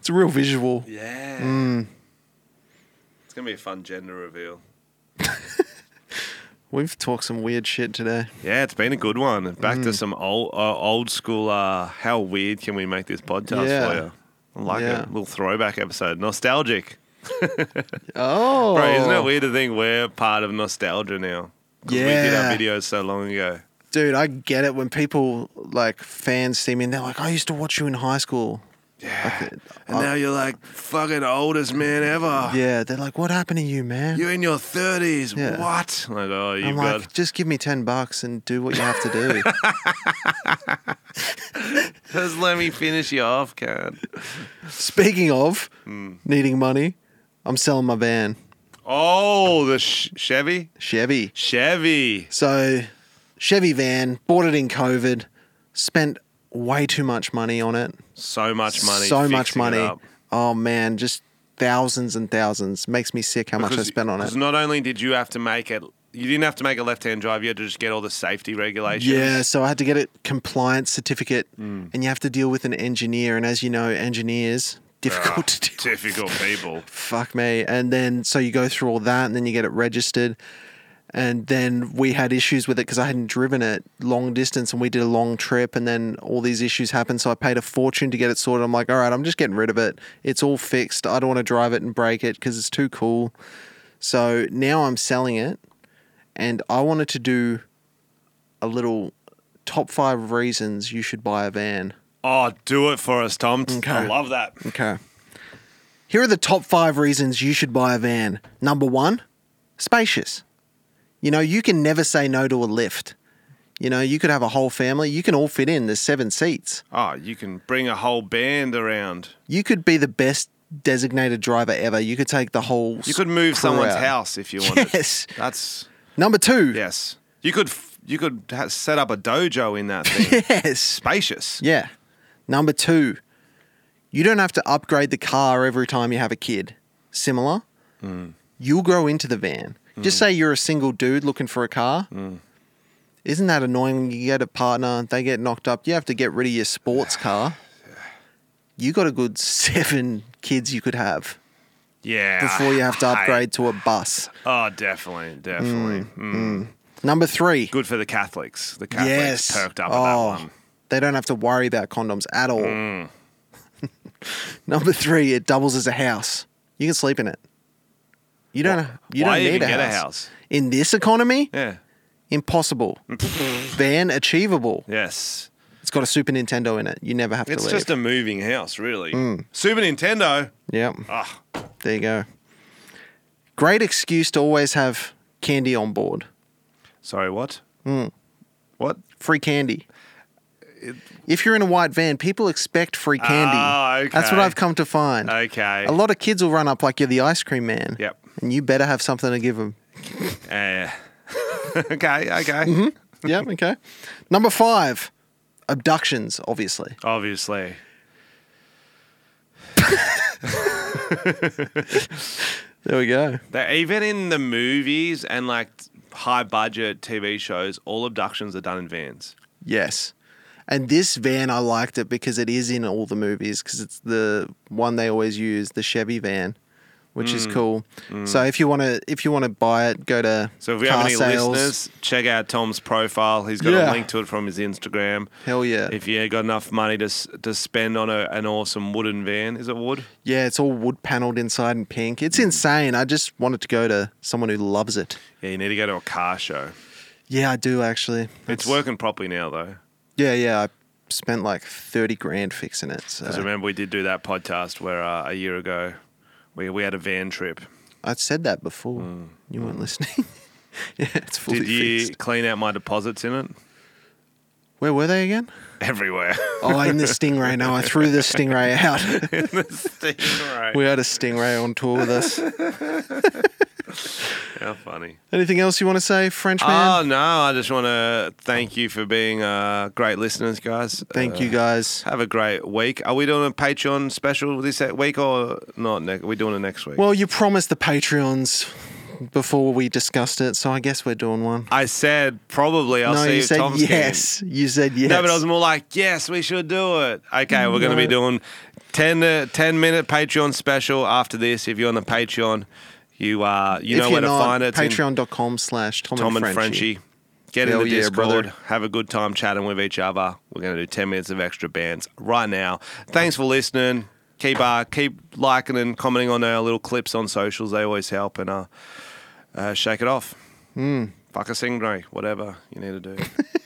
Speaker 2: It's a real visual.
Speaker 1: Yeah.
Speaker 2: Mm.
Speaker 1: It's gonna be a fun gender reveal.
Speaker 2: We've talked some weird shit today.
Speaker 1: Yeah, it's been a good
Speaker 2: Mm.
Speaker 1: one. Back to some old uh, old school. Uh, how weird can we make this podcast
Speaker 2: Yeah.
Speaker 1: for you? I like
Speaker 2: Yeah.
Speaker 1: a little throwback episode. Nostalgic.
Speaker 2: Oh,
Speaker 1: Bro, isn't it weird to think we're part of nostalgia now? 'Cause We did
Speaker 2: Yeah.
Speaker 1: our videos so long ago.
Speaker 2: dude? I get it when people like fans see me and they're like, "I used to watch you in high school."
Speaker 1: Yeah.
Speaker 2: Like,
Speaker 1: and now you're like fucking oldest man ever.
Speaker 2: Oh. Yeah, they're like, "What happened to you, man?"
Speaker 1: You're in your 30s.
Speaker 2: Yeah.
Speaker 1: What? I'm like, oh, you've
Speaker 2: I'm
Speaker 1: got.
Speaker 2: like, "Just give me ten bucks and do what you have to do."
Speaker 1: Just let me finish you off, can
Speaker 2: Speaking of
Speaker 1: Hmm.
Speaker 2: needing money, I'm selling my van,
Speaker 1: Oh, the sh- Chevy?
Speaker 2: Chevy.
Speaker 1: Chevy.
Speaker 2: So, Chevy van, bought it in COVID, spent way too much money on it.
Speaker 1: So much money.
Speaker 2: so much
Speaker 1: fixing it
Speaker 2: money.
Speaker 1: up.
Speaker 2: Oh man, just thousands and thousands. Makes me sick how much I
Speaker 1: Because-
Speaker 2: spent on it.
Speaker 1: Because not only did you have to make it, you didn't have to make a left hand drive, you had to just get all the safety regulations.
Speaker 2: Yeah, so I had to get a compliance certificate,
Speaker 1: Hmm.
Speaker 2: and you have to deal with an engineer. And as you know,
Speaker 1: Ah.
Speaker 2: engineers difficult to deal.
Speaker 1: Difficult people.
Speaker 2: Fuck me. And then so you go through all that, and then you get it registered. And then we had issues with it because I hadn't driven it long distance, and we did a long trip, and then all these issues happened. So I paid a fortune to get it sorted. I'm like, all right, I'm just getting rid of it. It's all fixed. I don't want to drive it and break it because it's too cool. So now I'm selling it, and I wanted to do a little top five reasons you should buy a van.
Speaker 1: Oh, do it for us, Tom. I love that.
Speaker 2: Okay. Here are the top five reasons you should buy a van. Number one, spacious. You know, you can never say no to a lift. You know, you could have a whole family, you can all fit in, there's seven seats.
Speaker 1: Oh, you can bring a whole band around.
Speaker 2: You could be the best designated driver ever. You could take the whole.
Speaker 1: You could move
Speaker 2: crew
Speaker 1: someone's
Speaker 2: out.
Speaker 1: house if you wanted.
Speaker 2: Yes.
Speaker 1: That's
Speaker 2: Number two.
Speaker 1: yes. You could f- you could ha- set up a dojo in that thing.
Speaker 2: Yes.
Speaker 1: Spacious.
Speaker 2: Yeah. Number two, you don't have to upgrade the car every time you have a kid. Similar. You'll grow into the van. Just say you're a single dude looking for a car. Isn't that annoying when you get a partner, they get knocked up, you have to get rid of your sports car? You got a good seven kids you could have
Speaker 1: Yeah.
Speaker 2: before you have to
Speaker 1: I-
Speaker 2: upgrade to a bus.
Speaker 1: Oh, definitely, definitely. Mm.
Speaker 2: Number three.
Speaker 1: Good for the Catholics. The Catholics
Speaker 2: yes.
Speaker 1: perked up
Speaker 2: oh,
Speaker 1: at that one. Hmm.
Speaker 2: They don't have to worry about condoms at all. Number three, it doubles as a house. You can sleep in it. You don't. You
Speaker 1: why
Speaker 2: don't need
Speaker 1: even
Speaker 2: a,
Speaker 1: get a
Speaker 2: house.
Speaker 1: house?
Speaker 2: in this economy.
Speaker 1: Yeah.
Speaker 2: Impossible. Van achievable.
Speaker 1: Yes.
Speaker 2: It's got a Super Nintendo in it. You never have to
Speaker 1: It's
Speaker 2: leave.
Speaker 1: just a moving house, really.
Speaker 2: Hmm.
Speaker 1: Super Nintendo.
Speaker 2: yep.
Speaker 1: Ah,
Speaker 2: There you go. Great excuse to always have candy on board.
Speaker 1: sorry, what?
Speaker 2: Hmm.
Speaker 1: What?
Speaker 2: Free candy. if you're in a white van, people expect free candy.
Speaker 1: Ah,
Speaker 2: That's what
Speaker 1: okay.
Speaker 2: I've come to find.
Speaker 1: Okay.
Speaker 2: A lot of kids will run up like you're the ice cream man.
Speaker 1: Yep.
Speaker 2: And you better have something to give them.
Speaker 1: Uh, okay, okay.
Speaker 2: Mm-hmm. yep. Okay. Number five, abductions, obviously.
Speaker 1: Obviously.
Speaker 2: There we go.
Speaker 1: They- even in the movies and like high budget TV shows, all abductions are done in vans.
Speaker 2: Yes. And this van, I liked it because it is in all the movies because it's the one they always use, the Chevy van, which
Speaker 1: Mm.
Speaker 2: is cool. So if you want to, if you want to buy it, go to
Speaker 1: So if we
Speaker 2: car
Speaker 1: have any
Speaker 2: sales.
Speaker 1: listeners, check out Tom's profile. He's got
Speaker 2: Yeah.
Speaker 1: a link to it from his Instagram.
Speaker 2: Hell yeah.
Speaker 1: If you got enough money to s- to spend on a, an awesome wooden van, is it wood?
Speaker 2: Yeah, it's all wood paneled inside and pink.
Speaker 1: Mm.
Speaker 2: It's insane. I just wanted to go to someone who loves it.
Speaker 1: Yeah, you need to go to a car show.
Speaker 2: Yeah, I do actually.
Speaker 1: It's working properly now though.
Speaker 2: Yeah, yeah. I spent like thirty grand fixing it. So
Speaker 1: Because remember, we did do that podcast where uh, a year ago we, we had a van trip.
Speaker 2: I said that before. You weren't listening. yeah, it's fully
Speaker 1: Hmm. Did you
Speaker 2: fixed.
Speaker 1: clean out my deposits in it?
Speaker 2: Where were they again?
Speaker 1: Everywhere.
Speaker 2: Oh, in the Stingray. No, I threw the Stingray out.
Speaker 1: in the stingray.
Speaker 2: we had a Stingray on tour with us.
Speaker 1: How funny.
Speaker 2: Anything else you want to say, Frenchman?
Speaker 1: Oh, no. I just want to thank you for being uh, great listeners, guys.
Speaker 2: Thank
Speaker 1: Uh,
Speaker 2: you guys.
Speaker 1: Have a great week. Are we doing a Patreon special this uh, week or not? Ne- we're doing it next week.
Speaker 2: Well, you promised the Patreons before we discussed it, so I guess we're doing one.
Speaker 1: I said probably. I'll
Speaker 2: no,
Speaker 1: see
Speaker 2: you
Speaker 1: if
Speaker 2: said
Speaker 1: Tom's keen.
Speaker 2: yes. You said yes.
Speaker 1: No, but I was more like, yes, we should do it. Okay, we're going to be doing 10, uh, 10 minute Patreon special after this. If you're on the Patreon, you uh, you
Speaker 2: if
Speaker 1: know
Speaker 2: you're
Speaker 1: where
Speaker 2: not,
Speaker 1: to find it. It's in
Speaker 2: Patreon.com slash Tom,
Speaker 1: Tom and
Speaker 2: and Frenchie.
Speaker 1: Frenchie. Get
Speaker 2: Hell
Speaker 1: in the
Speaker 2: yeah,
Speaker 1: Discord.
Speaker 2: brother.
Speaker 1: Have a good time chatting with each other. We're going to do 10 minutes of extra bands right now. Thanks for listening. keep uh, keep liking and commenting on our little clips on socials. They always help.
Speaker 2: Hmm.
Speaker 1: And uh, uh, shake it off. Fuck a sing, whatever you need to do.